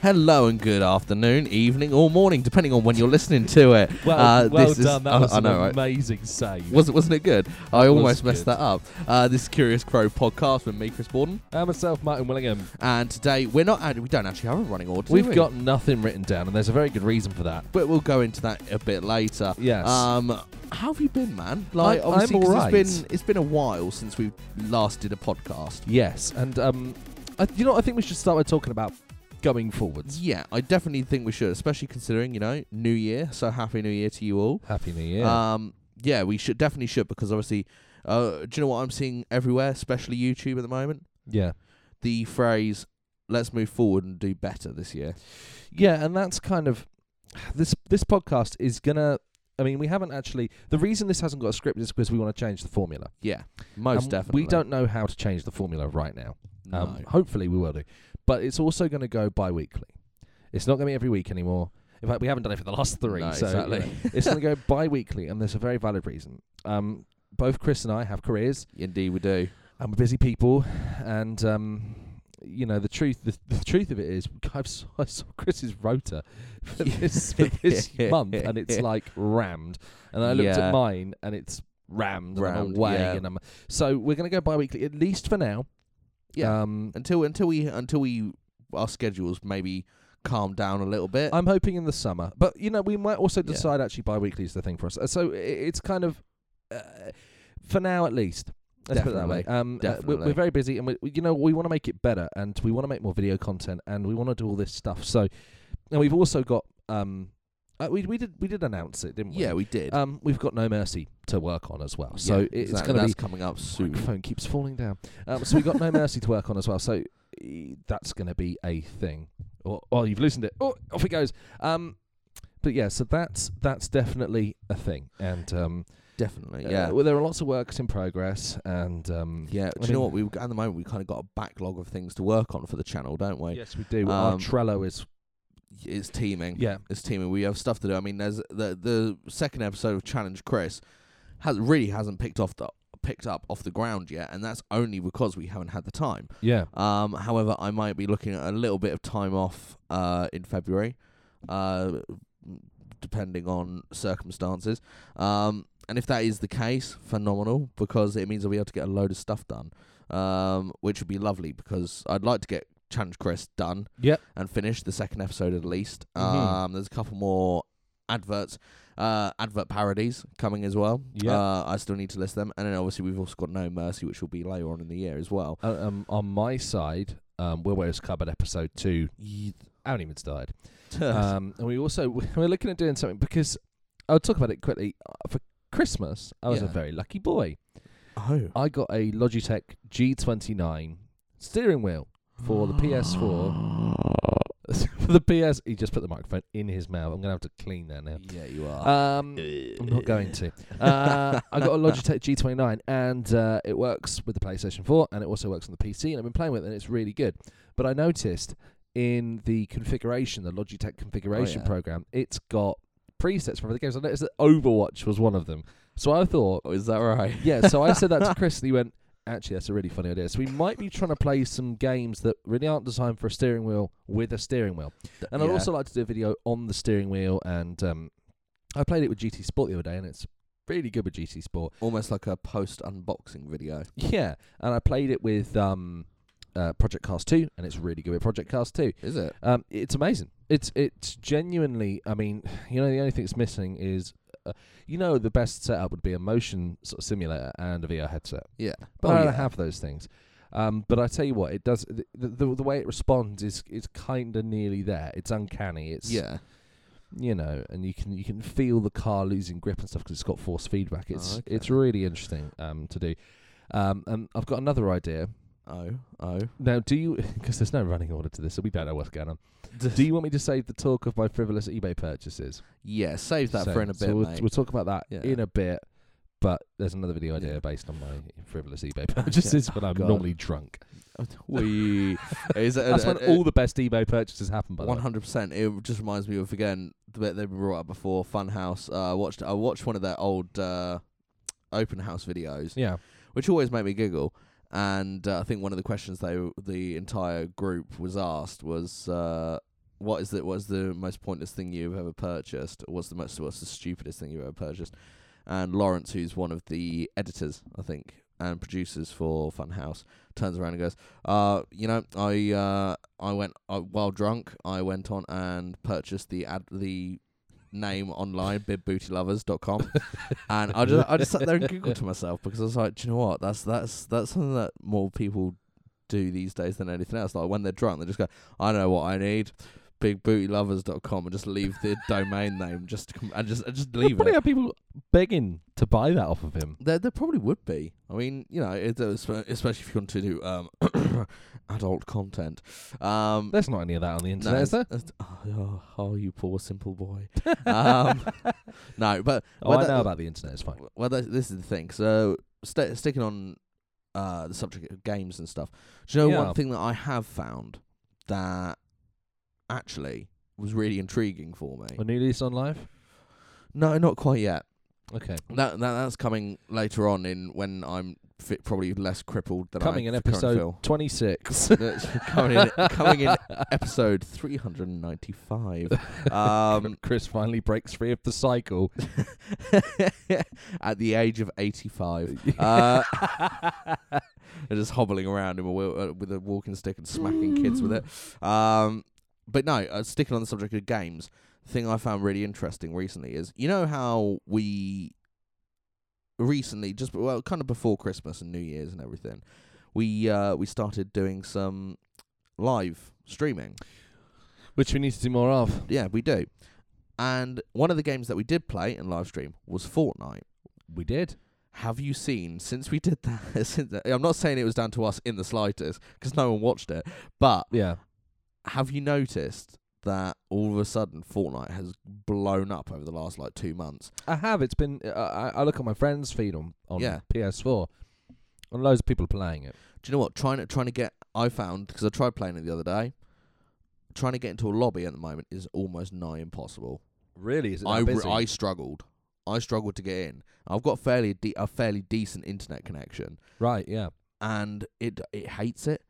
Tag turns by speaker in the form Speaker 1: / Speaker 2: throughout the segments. Speaker 1: Hello and good afternoon, evening, or morning, depending on when you're listening to it.
Speaker 2: Well,
Speaker 1: Uh,
Speaker 2: well
Speaker 1: this is-
Speaker 2: done. that
Speaker 1: I-
Speaker 2: was
Speaker 1: I know,
Speaker 2: an
Speaker 1: right?
Speaker 2: amazing save.
Speaker 1: Wasn't wasn't it good? I
Speaker 2: was
Speaker 1: almost messed
Speaker 2: good.
Speaker 1: that up. Uh, this is Curious Crow podcast with me, Chris Borden,
Speaker 2: and Uh, myself, Martin Willingham.
Speaker 1: and today we're not. act- We don't actually have a running order. do
Speaker 2: We've
Speaker 1: we?
Speaker 2: got nothing written down, and there's a very good reason for that.
Speaker 1: but we'll go into that a bit later.
Speaker 2: Yes.
Speaker 1: Um, how have you been, man? Like,
Speaker 2: I'm
Speaker 1: obviously, 'cause
Speaker 2: alright.
Speaker 1: it's been it's been a while since we last did a podcast.
Speaker 2: Yes, and um, I, you know, I think we should start by talking about going forwards.
Speaker 1: Yeah, I definitely think we should, especially considering you know New Year. So happy New Year to you all.
Speaker 2: Happy New Year.
Speaker 1: Um, yeah, we should definitely should because obviously, uh, do you know what I'm seeing everywhere, especially YouTube at the moment?
Speaker 2: yeah,
Speaker 1: The phrase "Let's move forward and do better this year."
Speaker 2: yeah, and that's kind of this. This podcast is gonna. I mean, we haven't actually. The reason this hasn't got a script is because we want to change the formula.
Speaker 1: Yeah, most
Speaker 2: And
Speaker 1: definitely.
Speaker 2: We don't know how to change the formula right now.
Speaker 1: No.
Speaker 2: Um, Hopefully, we will do. But it's also going to go bi weekly. It's not going to be every week anymore. In fact, we haven't done it for the last three.
Speaker 1: No,
Speaker 2: so, you
Speaker 1: exactly.
Speaker 2: know, it's going to go bi weekly, and there's a very valid reason. Um, both Chris and I have careers,
Speaker 1: Indeed, we do.
Speaker 2: and we're busy people. And, um, you know, the truth the, the truth of it is, I've, s- I saw Chris's rotor for this, for this month, and it's like rammed. And I looked
Speaker 1: Yeah.
Speaker 2: at mine, and it's rammed,
Speaker 1: Rammed,
Speaker 2: and I'm away.
Speaker 1: yeah.
Speaker 2: And I'm, so, we're going to go bi weekly, at least for now.
Speaker 1: Yeah.
Speaker 2: Um,
Speaker 1: Until until we until we our schedules maybe calm down a little bit.
Speaker 2: I'm hoping in the summer, but you know we might also
Speaker 1: Uh, Yeah.
Speaker 2: decide actually bi-weekly is the thing for us. Uh, So i- it's kind of uh, for now at least. Let's put it that way.
Speaker 1: Definitely,
Speaker 2: Um, uh, we- we're,
Speaker 1: definitely.
Speaker 2: very busy, and we, we- you know we want to make it better, and we want to make more video content, and we want to do all this stuff. So, and we've also got um, uh, we we did we did announce it, didn't we?
Speaker 1: yeah, we did.
Speaker 2: Um, we've got No Mercy to work on as well.
Speaker 1: Yeah,
Speaker 2: So it's
Speaker 1: exactly.
Speaker 2: going to
Speaker 1: That's
Speaker 2: be
Speaker 1: coming up soon.
Speaker 2: microphone keeps falling down. Um, so we got No Mercy to work on as well. So e- that's going to be a thing. Oh, oh, you've loosened it. Oh, off it goes. Um, but yeah, so that's that's definitely a thing. And um,
Speaker 1: Definitely.
Speaker 2: uh,
Speaker 1: Yeah.
Speaker 2: well, there are lots of works in progress. And um,
Speaker 1: yeah. Do
Speaker 2: I
Speaker 1: you know
Speaker 2: mean-
Speaker 1: what? We at the moment we kind of got a backlog of things to work on for the channel, don't we?
Speaker 2: yes, we do. Our
Speaker 1: Um,
Speaker 2: Trello is
Speaker 1: It's teeming.
Speaker 2: yeah.
Speaker 1: It's teeming. We have stuff to do. I mean, there's the the second episode of Challenge Chris has really hasn't picked off the picked up off the ground yet, and that's only because we haven't had the time.
Speaker 2: Yeah,
Speaker 1: Um, however, I might be looking at a little bit of time off uh, in February, uh, depending on circumstances. Um, and if that is the case, phenomenal, because it means I'll be able to get a load of stuff done, um, which would be lovely because I'd like to get Challenge Crest done
Speaker 2: Yep.
Speaker 1: and finish the second episode at least.
Speaker 2: Mhm.
Speaker 1: Um, there's a couple more adverts. Uh, advert parodies coming as well.
Speaker 2: Yeah.
Speaker 1: uh, I still need to list them, and then obviously we've also got No Mercy, which will be later on in the year as well.
Speaker 2: Uh, um, on my side, um, Wilbur's Cupboard episode two. I haven't even started. Um, and we also we're looking at doing something because I'll talk about it quickly. Uh, For Christmas, I was a
Speaker 1: Yeah.
Speaker 2: very lucky boy.
Speaker 1: Oh.
Speaker 2: I got a Logitech G29 steering wheel for the PS4. for the PS, he just put the microphone in his mouth. I'm gonna have to clean that now.
Speaker 1: Yeah, you are.
Speaker 2: Um, I'm not going to. Uh, I got a Logitech G29, and uh, it works with the PlayStation 4, and it also works on the PC, and I've been playing with it, and it's really good. But I noticed in the configuration, the Logitech configuration
Speaker 1: yeah.
Speaker 2: program, it's got presets for other games. I noticed that Overwatch was one of them. So I thought,
Speaker 1: Oh, is that right?
Speaker 2: yeah, so I said that to Chris, and he went, actually, that's a really funny idea. So we might be trying to play some games that really aren't designed for a steering wheel with a steering wheel. And I'd
Speaker 1: Yeah.
Speaker 2: also like to do a video on the steering wheel. And um, I played it with GT Sport the other day, and it's really good with GT Sport.
Speaker 1: almost like a post unboxing video.
Speaker 2: Yeah, and I played it with um, uh, Project Cars Two, and it's really good with Project Cars Two.
Speaker 1: Is it?
Speaker 2: Um, it's amazing. It's it's genuinely. I mean, you know, the only thing that's missing is. Uh, you know the best setup would be a motion sort of simulator and a VR headset,
Speaker 1: Yeah.
Speaker 2: but
Speaker 1: Oh,
Speaker 2: I don't
Speaker 1: yeah.
Speaker 2: have those things. Um, but I tell you what, it does. The, the, the way it responds is is kind of nearly there. It's uncanny. It's
Speaker 1: Yeah.
Speaker 2: you know, and you can you can feel the car losing grip and stuff because it's got force feedback.
Speaker 1: Oh,
Speaker 2: It's
Speaker 1: okay.
Speaker 2: it's really interesting um, to do. Um, and I've got another idea
Speaker 1: Oh. Oh.
Speaker 2: now. Do you? Because there's no running order to this, so we don't know what's going on. do
Speaker 1: oh.
Speaker 2: you want me to save the talk of my frivolous eBay purchases?
Speaker 1: Yeah. Save that
Speaker 2: So-
Speaker 1: for in a bit,
Speaker 2: So we'll,
Speaker 1: mate.
Speaker 2: we'll talk about that
Speaker 1: Yeah.
Speaker 2: in a bit. But there's another video idea
Speaker 1: Yeah.
Speaker 2: based on my frivolous eBay purchases when I'm
Speaker 1: God.
Speaker 2: normally drunk.
Speaker 1: we. is it,
Speaker 2: That's when all the best eBay purchases happen. By the way.
Speaker 1: Uh, One hundred percent. It just reminds me of again the bit they brought up before Funhouse. Uh, I watched I watched one of their old uh, open house videos,
Speaker 2: Yeah.
Speaker 1: which always make me giggle. And uh, I think one of the questions they the entire group was asked was, uh, what is the what's the most pointless thing you've ever purchased? What's the most what's the stupidest thing you've ever purchased? And Lawrence, who's one of the editors, I think, and producers for Funhouse, turns around and goes, "Uh, you know, I uh, I went uh, while drunk, I went on and purchased the ad the." Name online bibbootylovers.com and I just I just sat there and giggled to myself because I was like, do you know what? That's that's that's something that more people do these days than anything else. Like when they're drunk, they just go, I know what I need, bigbootylovers.com, and just leave the domain name just com- and just and just leave
Speaker 2: probably
Speaker 1: it.
Speaker 2: have people begging to buy that off of him.
Speaker 1: There, there probably would be. I mean, you know, it, uh, espe- especially if you want to do um, adult content. Um,
Speaker 2: There's not any of that on the
Speaker 1: no,
Speaker 2: internet, is there?
Speaker 1: it's- oh, oh, you poor simple boy. um, no, but
Speaker 2: Oh,
Speaker 1: well,
Speaker 2: I
Speaker 1: that-
Speaker 2: know about the internet. It's fine.
Speaker 1: Well, that's, this is the thing. So, sta sticking on uh, the subject of games and stuff, do you know
Speaker 2: Yeah.
Speaker 1: one thing that I have found that actually was really intriguing for me?
Speaker 2: A new lease on life.
Speaker 1: No, not quite yet.
Speaker 2: Okay.
Speaker 1: That, that that's coming later on in when I'm fi probably less crippled than
Speaker 2: Coming
Speaker 1: I
Speaker 2: in
Speaker 1: currently
Speaker 2: episode
Speaker 1: feel.
Speaker 2: twenty six.
Speaker 1: That's coming in, coming in episode 395. Um,
Speaker 2: Chris finally breaks free of the cycle.
Speaker 1: at the age of 85. Uh, and just hobbling around in a wheel, uh, with a walking stick and smacking kids with it. Um, but no, uh, sticking on the subject of games, the thing I found really interesting recently is you know how we recently, just well, kind of before Christmas and New Year's and everything, we uh, we started doing some live streaming.
Speaker 2: Which we need to do more of.
Speaker 1: Yeah, we do. And one of the games that we did play and live stream was Fortnite.
Speaker 2: We did.
Speaker 1: Have you seen since we did that? Since that- I'm not saying it was down to us in the slightest, 'cause no one watched it. But
Speaker 2: Yeah.
Speaker 1: have you noticed that all of a sudden Fortnite has blown up over the last like two months?
Speaker 2: I have. It's been. Uh, I, I look at my friends' feed on on
Speaker 1: Yeah.
Speaker 2: PS4, and loads of people are playing it.
Speaker 1: Do you know what? Trying to trying to get I found because I tried playing it the other day. Trying to get into a lobby at the moment is almost nigh impossible.
Speaker 2: Really? Is
Speaker 1: I, re- I struggled. I struggled to get in. I've got fairly de- a fairly decent internet connection.
Speaker 2: right. Yeah.
Speaker 1: and it it hates it.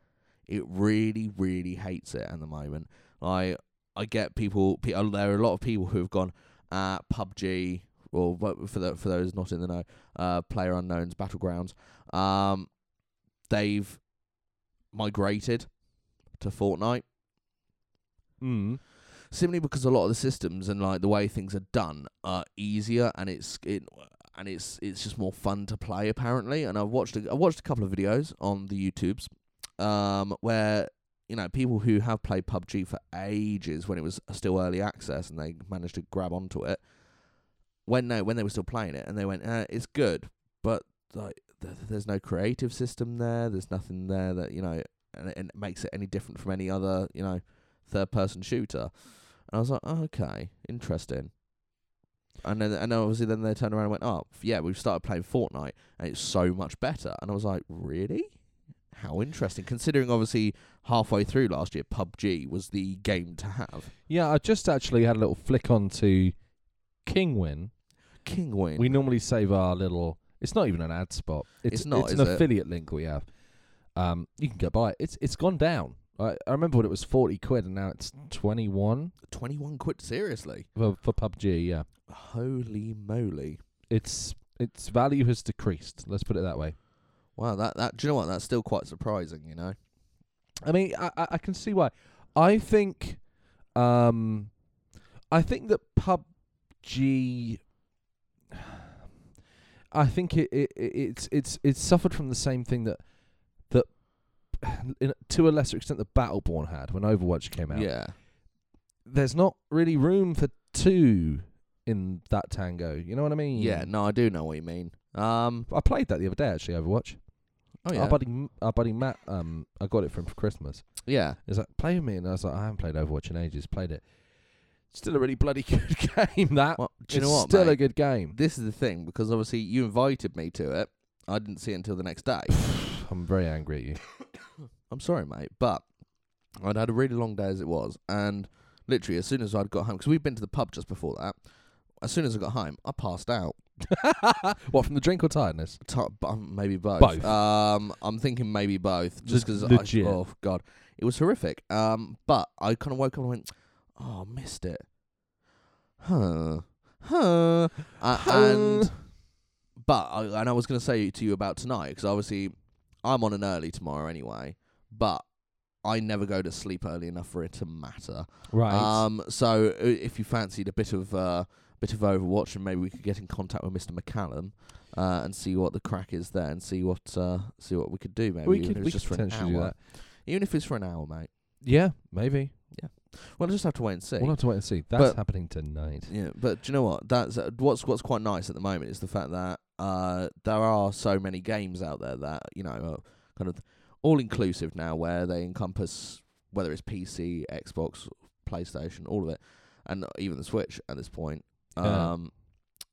Speaker 1: It really, really hates it at the moment. I I get people. Pe- uh, there are a lot of people who have gone uh, PUBG or wha- for the, for those not in the know, uh, Player Unknown's Battlegrounds. Um, they've migrated to Fortnite
Speaker 2: Mm.
Speaker 1: simply because a lot of the systems and like the way things are done are easier and it's it and it's it's just more fun to play apparently and I've watched a, I watched a couple of videos on the YouTubes um where you know people who have played PUBG for ages when it was still early access and they managed to grab onto it when they when they were still playing it and they went uh, it's good but like th- there's no creative system there there's nothing there that you know and, and it makes it any different from any other you know third person shooter and I was like, oh, okay, interesting. And then, and then obviously, then they turned around and went, oh, f- yeah, we've started playing Fortnite, and it's so much better. And I was like, really? How interesting, considering obviously halfway through last year, PUBG was the game to have.
Speaker 2: Yeah. I just actually had a little flick on to Kingwin.
Speaker 1: King Win.
Speaker 2: We normally save our little. It's not even an ad spot. It's,
Speaker 1: It's not,
Speaker 2: It's an
Speaker 1: is it?
Speaker 2: affiliate link we have. Um, you can go buy it. It's it's gone down. I, I remember when it was forty quid and now it's twenty one
Speaker 1: 21 quid, seriously.
Speaker 2: for, for PUBG. Yeah.
Speaker 1: Holy moly.
Speaker 2: It's its value has decreased. Let's put it that way.
Speaker 1: Wow, that, that, do you know what? That's still quite surprising, you know?
Speaker 2: I mean, I, I, I can see why. I think, um, I think that PUBG. I think it, it, it it's it's it's suffered from the same thing that that in, to a lesser extent that Battleborn had when Overwatch came out.
Speaker 1: Yeah.
Speaker 2: There's not really room for two in that tango. You know what I mean?
Speaker 1: Yeah, no, I do know what you mean. Um,
Speaker 2: I played that the other day actually. Overwatch.
Speaker 1: oh, yeah.
Speaker 2: Our buddy, M- our buddy Matt. Um, I got it from for Christmas.
Speaker 1: yeah.
Speaker 2: He's like, play with me. And I was like, I haven't played Overwatch in ages. Played it. Still a really bloody good game, that.
Speaker 1: Well, do you
Speaker 2: Uh, It's
Speaker 1: know what?
Speaker 2: Still
Speaker 1: mate?
Speaker 2: a good game.
Speaker 1: this is the thing because obviously you invited me to it. I didn't see it until the next day.
Speaker 2: I'm very angry at you.
Speaker 1: I'm sorry, mate, but I'd had a really long day as it was, and literally as soon as I'd got home, because we'd been to the pub just before that. As soon as I got home, I passed out.
Speaker 2: what, from the drink or tiredness?
Speaker 1: T- bu- um, maybe both.
Speaker 2: Both.
Speaker 1: Um, I'm thinking maybe both, just
Speaker 2: Le-
Speaker 1: because.
Speaker 2: legit.
Speaker 1: Oh God, it was horrific. Um, but I kind of woke up and went, Oh, missed it. Huh. Huh. Uh, and but I, and I was going to say to you about tonight because obviously I'm on an early tomorrow anyway, but I never go to sleep early enough for it to matter.
Speaker 2: right.
Speaker 1: Um, so i- if you fancied a bit of uh, bit of Overwatch, and maybe we could get in contact with Mr. McCallum uh, and see what the crack is there, and see what uh, see what we could do. Maybe
Speaker 2: we
Speaker 1: even
Speaker 2: could,
Speaker 1: if
Speaker 2: we
Speaker 1: it's just
Speaker 2: could
Speaker 1: for an hour,
Speaker 2: potentially do that.
Speaker 1: even if it's for an hour, mate.
Speaker 2: Yeah, maybe.
Speaker 1: Well, I'll just have to wait and see.
Speaker 2: We'll have to wait and see. That's
Speaker 1: But-
Speaker 2: happening tonight.
Speaker 1: Yeah, but do you know what? That's uh, what's what's quite nice at the moment is the fact that uh, there are so many games out there that you know are kind of all inclusive now, where they encompass whether it's PC, Xbox, PlayStation, all of it, and even the Switch at this point.
Speaker 2: Yeah.
Speaker 1: Um,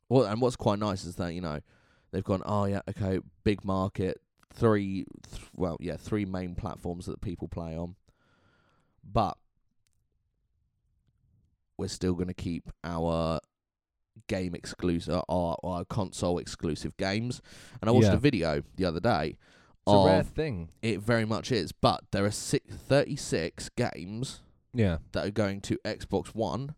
Speaker 1: well, and what's quite nice is that you know they've gone, oh yeah, okay, big market, three, th- well yeah, three main platforms that people play on, but we're still going to keep our game exclusive, our, our console exclusive games. And I watched
Speaker 2: Yeah.
Speaker 1: a video the other day
Speaker 2: It's a rare
Speaker 1: of-
Speaker 2: thing.
Speaker 1: it very much is, but there are six, 36 games
Speaker 2: Yeah.
Speaker 1: that are going to Xbox One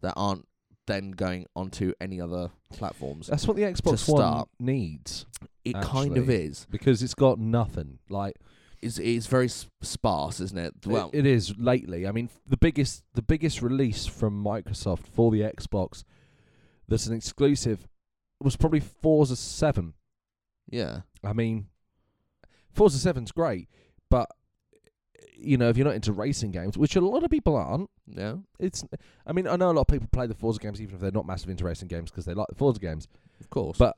Speaker 1: that aren't then going onto any other platforms.
Speaker 2: That's what the Xbox One
Speaker 1: start.
Speaker 2: needs
Speaker 1: It kind of
Speaker 2: actually.
Speaker 1: is.
Speaker 2: because it's got nothing. Like
Speaker 1: It's, it's very s- sparse, isn't it?
Speaker 2: it-
Speaker 1: Well,
Speaker 2: it is lately. I mean, f- the biggest the biggest release from Microsoft for the Xbox that's an exclusive was probably Forza 7.
Speaker 1: yeah.
Speaker 2: I mean, Forza 7's great, but you know, if you're not into racing games, which a lot of people aren't,
Speaker 1: No?
Speaker 2: it's I mean, I know a lot of people play the Forza games even if they're not massive into racing games because they like the Forza games.
Speaker 1: Of course.
Speaker 2: But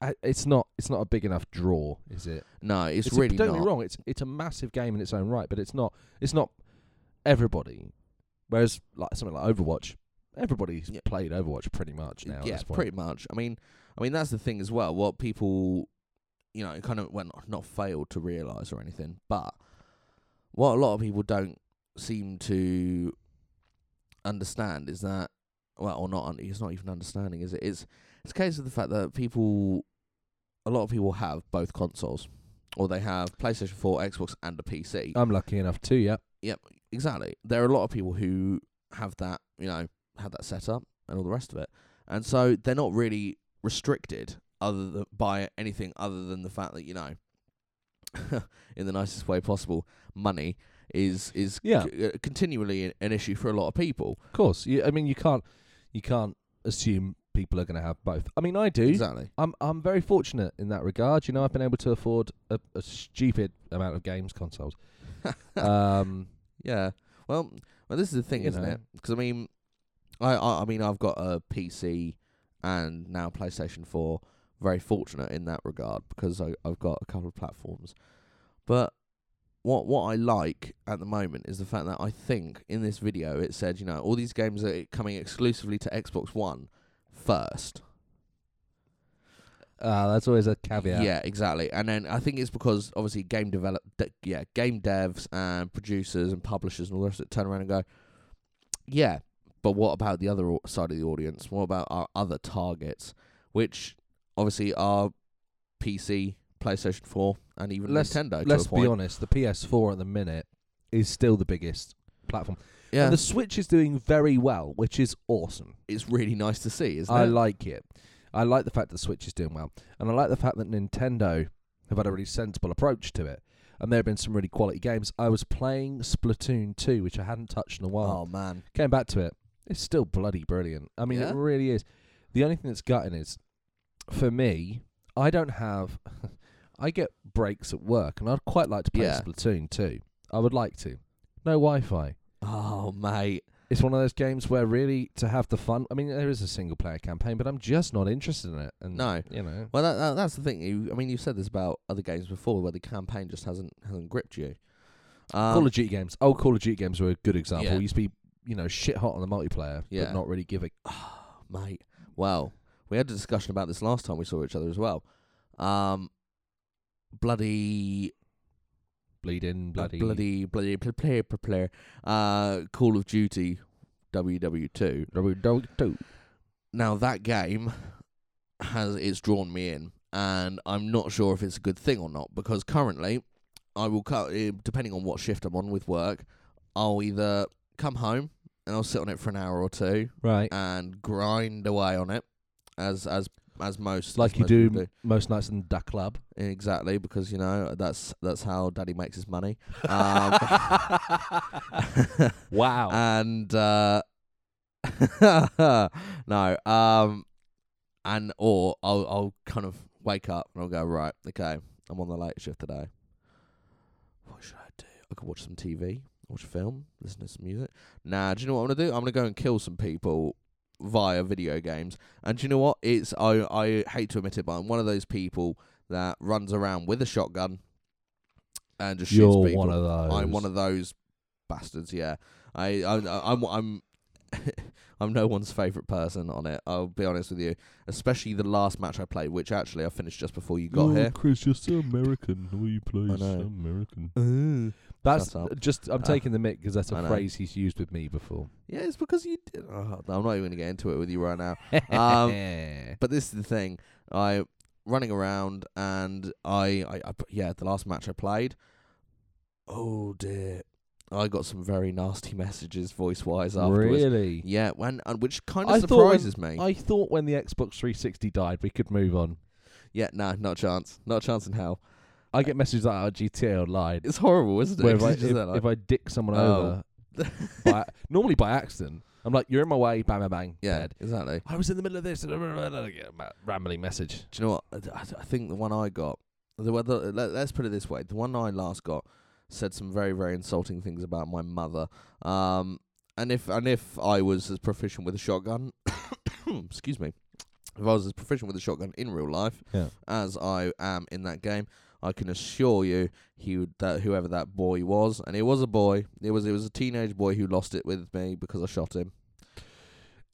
Speaker 2: I- it's not it's not a big enough draw, is it?
Speaker 1: no, it's, really
Speaker 2: don't
Speaker 1: not.
Speaker 2: get me wrong. It's it's a massive game in its own right, but it's not it's not everybody. Whereas like something like Overwatch, everybody's
Speaker 1: Yeah.
Speaker 2: played Overwatch pretty much now.
Speaker 1: yeah,
Speaker 2: at this point.
Speaker 1: pretty much. I mean, I mean that's the thing as well. What people, you know, kind of well not, not failed to realise or anything, but what a lot of people don't seem to understand is that well, or not. un- It's not even understanding, is it? It's it's a case of the fact that people, a lot of people have both consoles, or they have PlayStation Four, Xbox, and a PC.
Speaker 2: I'm lucky enough too. Yeah,
Speaker 1: Exactly. There are a lot of people who have that, you know, have that set up and all the rest of it. And so they're not really restricted other than by anything other than the fact that, you know, in the nicest way possible, money is is
Speaker 2: Yeah.
Speaker 1: c- uh, continually an- an issue for a lot of people.
Speaker 2: of course. You, I mean, you can't you can't assume people are going to have both. I mean, I do.
Speaker 1: Exactly.
Speaker 2: I'm I'm very fortunate in that regard. You know, I've been able to afford a, a stupid amount of games consoles. um,
Speaker 1: Yeah. Well, well, this is the thing,
Speaker 2: You
Speaker 1: isn't
Speaker 2: know.
Speaker 1: it? 'Cause I mean, I, I I mean I've got a PC and now PlayStation Four. Very fortunate in that regard because I, I've got a couple of platforms. But what what I like at the moment is the fact that I think in this video it said you know all these games are coming exclusively to Xbox One first.
Speaker 2: uh, that's always a caveat.
Speaker 1: Yeah, exactly. And then I think it's because obviously game develop, de- yeah, game devs and producers and publishers and all the rest of it turn around and go, yeah, but what about the other au- side of the audience? What about our other targets, which obviously are PC, PlayStation Four, and even
Speaker 2: Let's-
Speaker 1: Nintendo?
Speaker 2: Let's
Speaker 1: to a point.
Speaker 2: be honest. The PS4 at the minute is still the biggest platform.
Speaker 1: Yeah,
Speaker 2: And the Switch is doing very well, which is awesome.
Speaker 1: it's really nice to see, isn't
Speaker 2: I
Speaker 1: it?
Speaker 2: like it. I like the fact that Switch is doing well. And I like the fact that Nintendo have had a really sensible approach to it. And there have been some really quality games. I was playing Splatoon 2, which I hadn't touched in a while.
Speaker 1: oh man,
Speaker 2: Came back to it. It's still bloody brilliant. I mean,
Speaker 1: Yeah?
Speaker 2: it really is. The only thing that's gutting is, for me, I don't have. I get breaks at work, and I'd quite like to play
Speaker 1: Yeah.
Speaker 2: Splatoon 2. I would like to. No Wi Fi
Speaker 1: oh mate,
Speaker 2: it's one of those games where really to have the fun. I mean, there is a single player campaign, but I'm just not interested in it. And
Speaker 1: no.
Speaker 2: you know,
Speaker 1: Well, that, that, that's the thing. You, I mean, you've said this about other games before, where the campaign just hasn't hasn't gripped you. Um,
Speaker 2: Call of Duty games. Old Call of Duty games were a good example.
Speaker 1: Yeah.
Speaker 2: Used to be you know shit hot on the multiplayer,
Speaker 1: Yeah.
Speaker 2: but not really give a
Speaker 1: mate. Well, we had a discussion about this last time we saw each other as well. Um, bloody,
Speaker 2: bleeding bloody.
Speaker 1: bloody, bloody, pl- player, pl- player, uh, Call of Duty, WW two. Now that game has it's drawn me in, and I'm not sure if it's a good thing or not because currently, I will cut eh, depending on what shift I'm on with work, I'll either come home and I'll sit on it for an hour or two
Speaker 2: Right.
Speaker 1: and grind away on it, as as as most as
Speaker 2: like you
Speaker 1: most people
Speaker 2: do, m- most nights in the duck club.
Speaker 1: exactly because you know that's that's how Daddy makes his money. Um,
Speaker 2: wow.
Speaker 1: and uh, no, um, and or I'll I'll kind of wake up and I'll go right, okay, I'm on the late shift today. What should I do? I could watch some TV, watch a film, listen to some music. Nah, do you know what I'm gonna do? I'm gonna go and kill some people via video games. And do you know what? It's I I hate to admit it, but I'm one of those people that runs around with a shotgun and just shoots
Speaker 2: You're
Speaker 1: people.
Speaker 2: one of those.
Speaker 1: I'm one of those bastards. Yeah, I, I I'm I'm I'm no one's favorite person on it. I'll be honest with you, especially the last match I played, which actually I finished just before you got
Speaker 2: Mm.
Speaker 1: here.
Speaker 2: Chris, you're so American. All you play
Speaker 1: I is know. so
Speaker 2: American.
Speaker 1: Ooh.
Speaker 2: That's
Speaker 1: Shut up.
Speaker 2: just. I'm
Speaker 1: Uh,
Speaker 2: taking the mic because that's
Speaker 1: I
Speaker 2: a
Speaker 1: know.
Speaker 2: phrase he's used with me before.
Speaker 1: Yeah, it's because you. Did, oh, I'm not even gonna get into it with you right now. Um, But this is the thing. I running around and I, I, I put- yeah, the last match I played. Oh dear, I got some very nasty messages voice wise afterwards.
Speaker 2: really?
Speaker 1: Yeah, when and which kind
Speaker 2: I
Speaker 1: of
Speaker 2: thought when-
Speaker 1: surprises me.
Speaker 2: I thought when the Xbox 360 died, we could move on.
Speaker 1: Yeah, no, not a chance. Not a chance in hell.
Speaker 2: I get messages like our GTA Online.
Speaker 1: It's horrible, isn't it?
Speaker 2: Where if
Speaker 1: 'Cause
Speaker 2: I,
Speaker 1: it's just
Speaker 2: if,
Speaker 1: that, like-
Speaker 2: if I dick someone
Speaker 1: Oh.
Speaker 2: over, by, normally by accident, I'm like, "You're in my way," bang, bang, bang,
Speaker 1: yeah,
Speaker 2: dead.
Speaker 1: exactly.
Speaker 2: I was in the middle of this, and I get a ma- rambling message.
Speaker 1: Do you know what? I th- I, th- I think the one I got, the, one- the, let, let's put it this way, the one I last got said some very, very insulting things about my mother. Um, and if and if I was as proficient with a shotgun, excuse me, if I was as proficient with a shotgun in real life
Speaker 2: Yeah.
Speaker 1: as I am in that game, I can assure you he would that whoever that boy was, and it was a boy, it was it was a teenage boy who lost it with me because I shot him.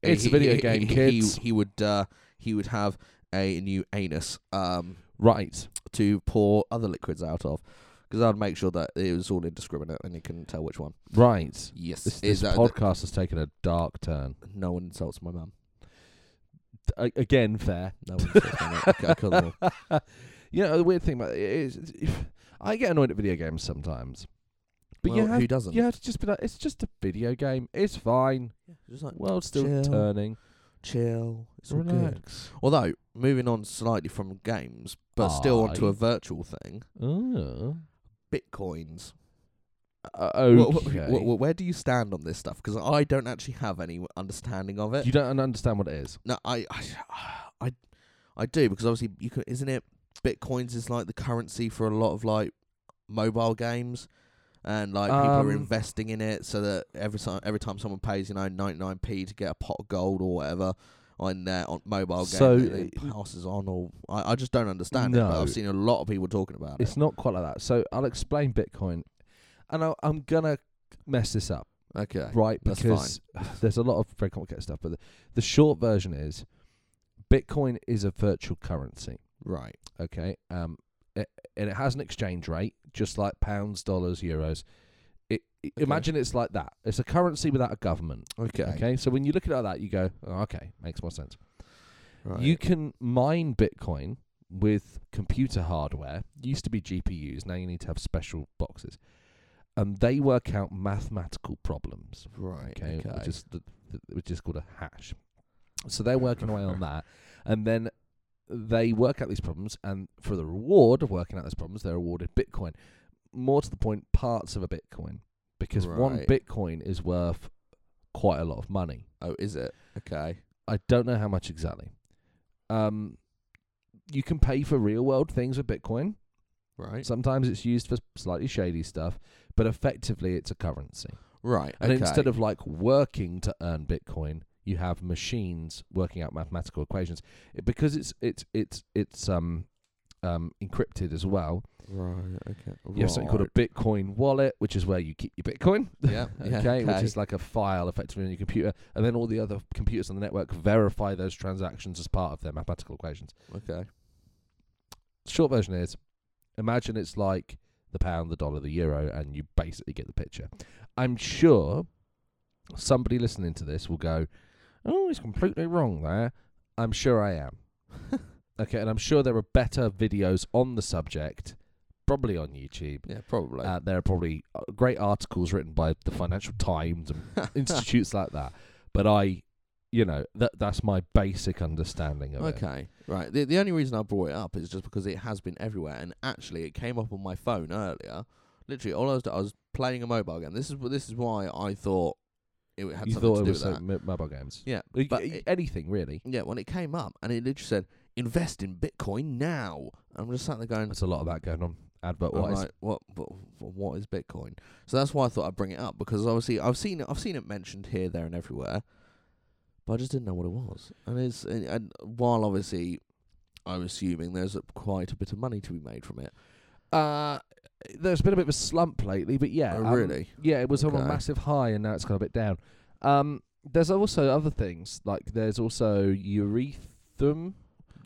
Speaker 2: It's a video game,
Speaker 1: he,
Speaker 2: kids.
Speaker 1: He, he would uh, he would have a new anus um,
Speaker 2: Right.
Speaker 1: to pour other liquids out of. Because I'd make sure that it was all indiscriminate and you couldn't tell which one.
Speaker 2: Right.
Speaker 1: Yes,
Speaker 2: This,
Speaker 1: is
Speaker 2: this
Speaker 1: that,
Speaker 2: podcast has taken a dark turn.
Speaker 1: that- no one insults my mum.
Speaker 2: A- again, fair.
Speaker 1: No one insults my mum. Okay, Oh, I kill them all.
Speaker 2: you know, the weird thing about it is, is if- I get annoyed at video games sometimes. But you
Speaker 1: Well,
Speaker 2: have,
Speaker 1: who doesn't?
Speaker 2: you have to just be like, it's just a video game. It's fine.
Speaker 1: Just like
Speaker 2: World's still
Speaker 1: Chill.
Speaker 2: turning.
Speaker 1: chill. It's all good.
Speaker 2: Relax.
Speaker 1: Although moving on slightly from games, but still onto
Speaker 2: Aye.
Speaker 1: a virtual thing,
Speaker 2: Oh.
Speaker 1: bitcoins.
Speaker 2: Uh,
Speaker 1: Wh- wh-
Speaker 2: okay.
Speaker 1: wh- wh- where do you stand on this stuff? Because I don't actually have any understanding of it.
Speaker 2: you don't understand what it is.
Speaker 1: No, I, I, I, I do because obviously you can, isn't it? Bitcoins is like the currency for a lot of like mobile games, and like people
Speaker 2: Um,
Speaker 1: are investing in it so that every time every time someone pays you know ninety nine p to get a pot of gold or whatever on their on mobile game,
Speaker 2: So,
Speaker 1: it, it
Speaker 2: uh,
Speaker 1: passes on or I, I just don't understand it. But
Speaker 2: No.
Speaker 1: I've seen a lot of people talking about
Speaker 2: It's not quite like that. So I'll explain Bitcoin, and I'll, I'm gonna mess this up,
Speaker 1: it. Okay,
Speaker 2: right?
Speaker 1: that's
Speaker 2: Because there's a lot of very complicated stuff, but the, the short version is Bitcoin is a virtual currency.
Speaker 1: right,
Speaker 2: Okay, um, it, and it has an exchange rate, just like pounds, dollars, euros. It, i-
Speaker 1: Okay.
Speaker 2: Imagine it's like that. It's a currency without a government.
Speaker 1: okay,
Speaker 2: Okay, so when you look at it like that, you go, oh, okay, makes more sense.
Speaker 1: right.
Speaker 2: You can mine Bitcoin with computer hardware. Used to be GPUs. Now you need to have special boxes, and they work out mathematical problems.
Speaker 1: right,
Speaker 2: Okay,
Speaker 1: okay,
Speaker 2: which is the, the, which is called a hash. So they're working away on that, and then they work out these problems, and for the reward of working out those problems, they're awarded Bitcoin. More to the point, parts of a Bitcoin, because one
Speaker 1: Right.
Speaker 2: Bitcoin is worth quite a lot of money.
Speaker 1: oh, is it okay?
Speaker 2: I don't know how much exactly. Um, you can pay for real world things with Bitcoin.
Speaker 1: Right,
Speaker 2: Sometimes it's used for slightly shady stuff, but effectively it's a currency.
Speaker 1: right,
Speaker 2: And
Speaker 1: okay.
Speaker 2: instead of like working to earn Bitcoin, you have machines working out mathematical equations. It- because it's it's it's it's um um encrypted as well.
Speaker 1: right, okay,
Speaker 2: You have something called a Bitcoin wallet, which is where you keep your Bitcoin.
Speaker 1: Yeah, yeah,
Speaker 2: okay, which
Speaker 1: okay.
Speaker 2: is like a file effectively on your computer, and then all the other computers on the network verify those transactions as part of their mathematical equations.
Speaker 1: okay,
Speaker 2: Short version is, imagine it's like the pound, the dollar, the euro, and you basically get the picture. I'm sure somebody listening to this will go, "Oh, it's completely wrong there." I'm sure I am. okay, and I'm sure there are better videos on the subject, probably on YouTube.
Speaker 1: Yeah, probably.
Speaker 2: Uh, there are probably uh, great articles written by the Financial Times and institutes like that. But I, you know, that that's my basic understanding of it.
Speaker 1: Okay, right. The the only reason I brought it up is just because it has been everywhere, and actually, it came up on my phone earlier. Literally, all I was doing, I was playing a mobile game. This is wh- this is why I thought it had
Speaker 2: You
Speaker 1: something
Speaker 2: thought
Speaker 1: to
Speaker 2: it
Speaker 1: do
Speaker 2: was
Speaker 1: with that.
Speaker 2: so mo- mobile games.
Speaker 1: Yeah,
Speaker 2: Y-
Speaker 1: but
Speaker 2: y-
Speaker 1: it-
Speaker 2: anything really.
Speaker 1: yeah. When it came up, and it literally said, "Invest in Bitcoin now." I'm just sat there going,
Speaker 2: There's a lot of that going on advert
Speaker 1: I'm
Speaker 2: wise.
Speaker 1: like, what, what what is Bitcoin? So that's why I thought I'd bring it up because obviously I've seen it, I've seen it mentioned here, there, and everywhere, but I just didn't know what it was. And it's and, and while obviously I'm assuming there's a, quite a bit of money to be made from it.
Speaker 2: Uh, there's been a bit of a slump lately, but yeah,
Speaker 1: Oh,
Speaker 2: um,
Speaker 1: really?
Speaker 2: yeah, it was on a
Speaker 1: Okay.
Speaker 2: massive high and now it's gone a bit down. Um, there's also other things like there's also urethrum.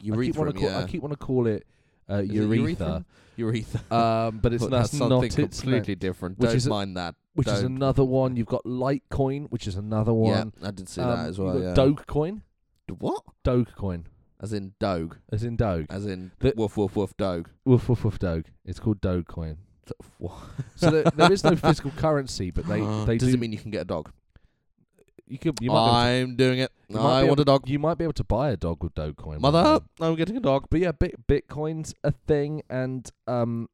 Speaker 1: You
Speaker 2: I keep wanna call, I keep want to call it uh,
Speaker 1: it
Speaker 2: urethra,
Speaker 1: urethra.
Speaker 2: um, but it's
Speaker 1: But
Speaker 2: that's
Speaker 1: that's
Speaker 2: not
Speaker 1: something
Speaker 2: its name.
Speaker 1: completely different.
Speaker 2: Which
Speaker 1: Don't
Speaker 2: is a-
Speaker 1: mind that.
Speaker 2: which is
Speaker 1: Don't-
Speaker 2: another one. You've got Litecoin, which is another
Speaker 1: Yeah,
Speaker 2: one.
Speaker 1: I did see
Speaker 2: Um,
Speaker 1: that as well.
Speaker 2: You've
Speaker 1: Yeah.
Speaker 2: got Dogecoin,
Speaker 1: D- What?
Speaker 2: Dogecoin,
Speaker 1: As in dog?
Speaker 2: as in Doge.
Speaker 1: As in
Speaker 2: The-
Speaker 1: woof woof woof dog?
Speaker 2: Woof woof woof Doge. It's called Dogecoin.
Speaker 1: What?
Speaker 2: So there, there is no physical currency, but they they
Speaker 1: Uh, does
Speaker 2: do.
Speaker 1: it mean you can get a dog?
Speaker 2: you could you might, be
Speaker 1: I'm doing it.
Speaker 2: You might
Speaker 1: I
Speaker 2: be
Speaker 1: want
Speaker 2: able-
Speaker 1: a dog.
Speaker 2: able to, you might be able to buy a dog with Dogecoin. by the way.
Speaker 1: Mother, I'm getting a dog.
Speaker 2: But yeah, bit, Bitcoin's a thing, and um,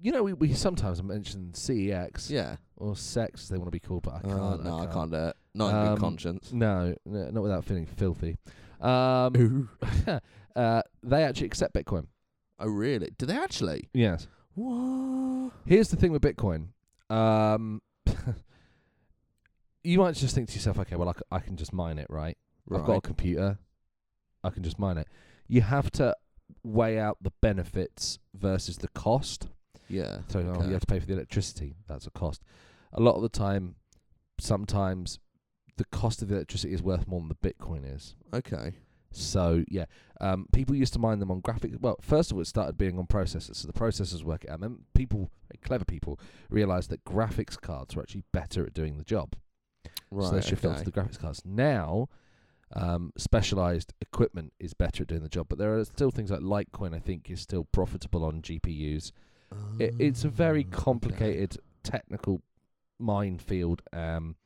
Speaker 2: you know we, we sometimes mention CEX
Speaker 1: Yeah.
Speaker 2: or sex they want to be called, but I
Speaker 1: Uh,
Speaker 2: can't.
Speaker 1: no, I can't do it. Not in
Speaker 2: Um,
Speaker 1: good conscience.
Speaker 2: No, no, not without feeling filthy. Um, uh, they actually accept Bitcoin.
Speaker 1: Oh, really? Do they actually?
Speaker 2: Yes.
Speaker 1: What?
Speaker 2: Here's the thing with Bitcoin. Um, you might just think to yourself, okay, well, I, c- I can just mine it, right? I've got a
Speaker 1: Right.
Speaker 2: computer. I can just mine it. You have to weigh out the benefits versus the cost.
Speaker 1: Yeah.
Speaker 2: So oh,
Speaker 1: Okay.
Speaker 2: you have to pay for the electricity. That's a cost. A lot of the time, sometimes the cost of the electricity is worth more than the Bitcoin is.
Speaker 1: Okay.
Speaker 2: So yeah, um, people used to mine them on graphic. Well, first of all, it started being on processors, so the processors work it out. And then people, clever people, realised that graphics cards were actually better at doing the job,
Speaker 1: Right.
Speaker 2: so they shifted
Speaker 1: okay.
Speaker 2: onto the graphics cards. Now, um, specialised equipment is better at doing the job, but there are still things like Litecoin. I think is still profitable on GPUs. It, it's a very
Speaker 1: Ah,
Speaker 2: complicated technical minefield. Um,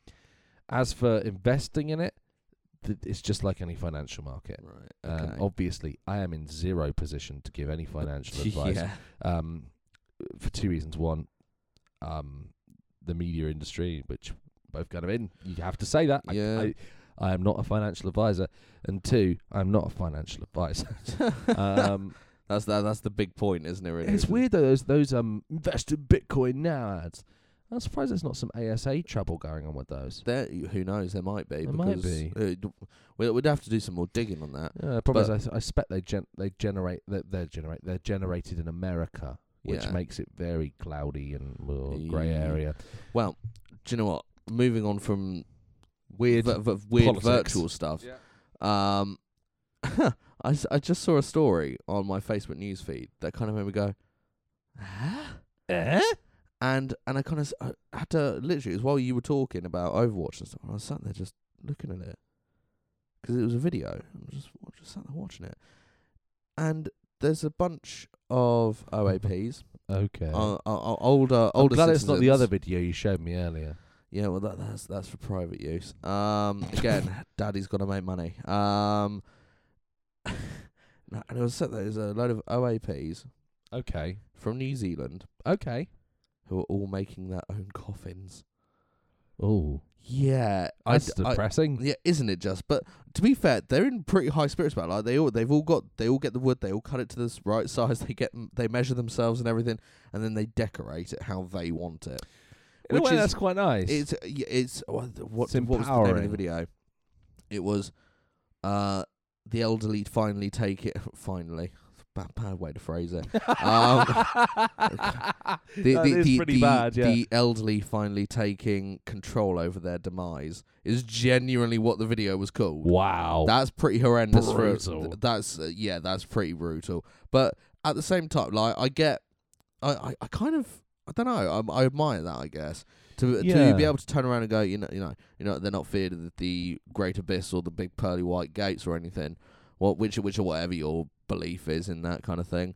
Speaker 2: as for investing in it, th- it's just like any financial market.
Speaker 1: Okay. Right.
Speaker 2: Um,
Speaker 1: Okay.
Speaker 2: obviously, I am in zero position to give any financial advice.
Speaker 1: Yeah.
Speaker 2: Um, for two reasons: one, um, the media industry, which both kind of in. You have to say that. I-
Speaker 1: Yeah.
Speaker 2: I, I am not a financial advisor, and two, I'm not a financial advisor. um,
Speaker 1: That's that. That's the big point, isn't it? Really?
Speaker 2: it's weird though. Those those um, invest in Bitcoin now ads. I'm surprised there's not some ASA trouble going on with those.
Speaker 1: There, who knows? There might be.
Speaker 2: There might
Speaker 1: because,
Speaker 2: be.
Speaker 1: uh, d- we'd, we'd have to do some more digging on that.
Speaker 2: Yeah, the problem
Speaker 1: But-
Speaker 2: is, I, th- I suspect they gen- they generate they're, they're generate they're generated in America, which
Speaker 1: Yeah.
Speaker 2: makes it very cloudy and well, grey
Speaker 1: Yeah.
Speaker 2: area.
Speaker 1: Well, do you know what? Moving on from
Speaker 2: Weird
Speaker 1: vi- vi- weird
Speaker 2: politics.
Speaker 1: virtual stuff. Um, I, s- I just saw a story on my Facebook news feed that kind of made me go, huh?
Speaker 2: Eh?
Speaker 1: And and I kind of I had to literally it was while you were talking about Overwatch and stuff. And I was sat there just looking at it because it was a video. I'm just wa- just sat there watching it, and there's a bunch of OAPs,
Speaker 2: Okay.
Speaker 1: uh, uh, uh, older
Speaker 2: I'm
Speaker 1: older.
Speaker 2: glad it's not the
Speaker 1: citizens.
Speaker 2: other video you showed me earlier.
Speaker 1: Yeah, well, that, that's that's for private use. Um, again, daddy's got to make money. Um, no, and it was set there. There's a load of OAPs
Speaker 2: Okay.
Speaker 1: from New Zealand
Speaker 2: Okay.
Speaker 1: who are all making their own coffins.
Speaker 2: Oh,
Speaker 1: Yeah, I
Speaker 2: that's
Speaker 1: d- I-
Speaker 2: depressing.
Speaker 1: yeah, isn't it just? But to be fair, they're in pretty high spirits about it. like they all they've all got they all get the wood, they all cut it to this right size, they get they measure themselves and everything, and then they decorate it how they want it.
Speaker 2: In a
Speaker 1: which
Speaker 2: way,
Speaker 1: is-
Speaker 2: that's quite nice.
Speaker 1: It's yeah, it's uh, what what,
Speaker 2: It's
Speaker 1: what was the name of the
Speaker 2: empowering.
Speaker 1: video? It was uh the elderly finally take it finally. Bad, bad way to phrase it. um, The,
Speaker 2: That
Speaker 1: the,
Speaker 2: is
Speaker 1: the,
Speaker 2: pretty
Speaker 1: the-
Speaker 2: bad. Yeah.
Speaker 1: the elderly finally taking control over their demise is genuinely what the video was called.
Speaker 2: wow.
Speaker 1: That's pretty horrendous. For,
Speaker 2: Brutal.
Speaker 1: th- that's uh, yeah, that's pretty brutal. But at the same time, like I get, I I, I kind of I don't know. I, I admire that. I guess to
Speaker 2: Yeah.
Speaker 1: to be able to turn around and go, you know, you know, you know, they're not feared of the great abyss or the big pearly white gates or anything. What which which or whatever your belief is in that kind of thing.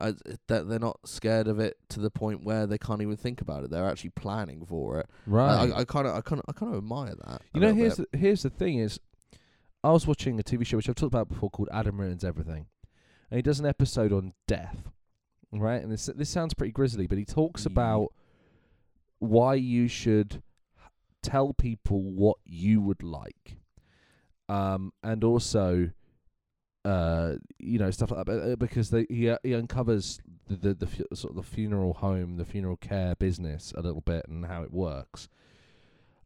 Speaker 1: I, that they're not scared of it to the point where they can't even think about it. They're actually planning for it.
Speaker 2: Right.
Speaker 1: I kind of, I kind of, I kind of admire that. a
Speaker 2: you know,
Speaker 1: little
Speaker 2: here's
Speaker 1: bit.
Speaker 2: the, here's the thing is, I was watching a TV show which I've talked about before called Adam Ruins Everything, and he does an episode on death, right? And this this sounds pretty grisly, but he talks
Speaker 1: Mm.
Speaker 2: about why you should tell people what you would like, um, and also. Uh, you know stuff like that, but, uh, because they, he uh, he uncovers the the, the fu- sort of the funeral home, the funeral care business a little bit and how it works.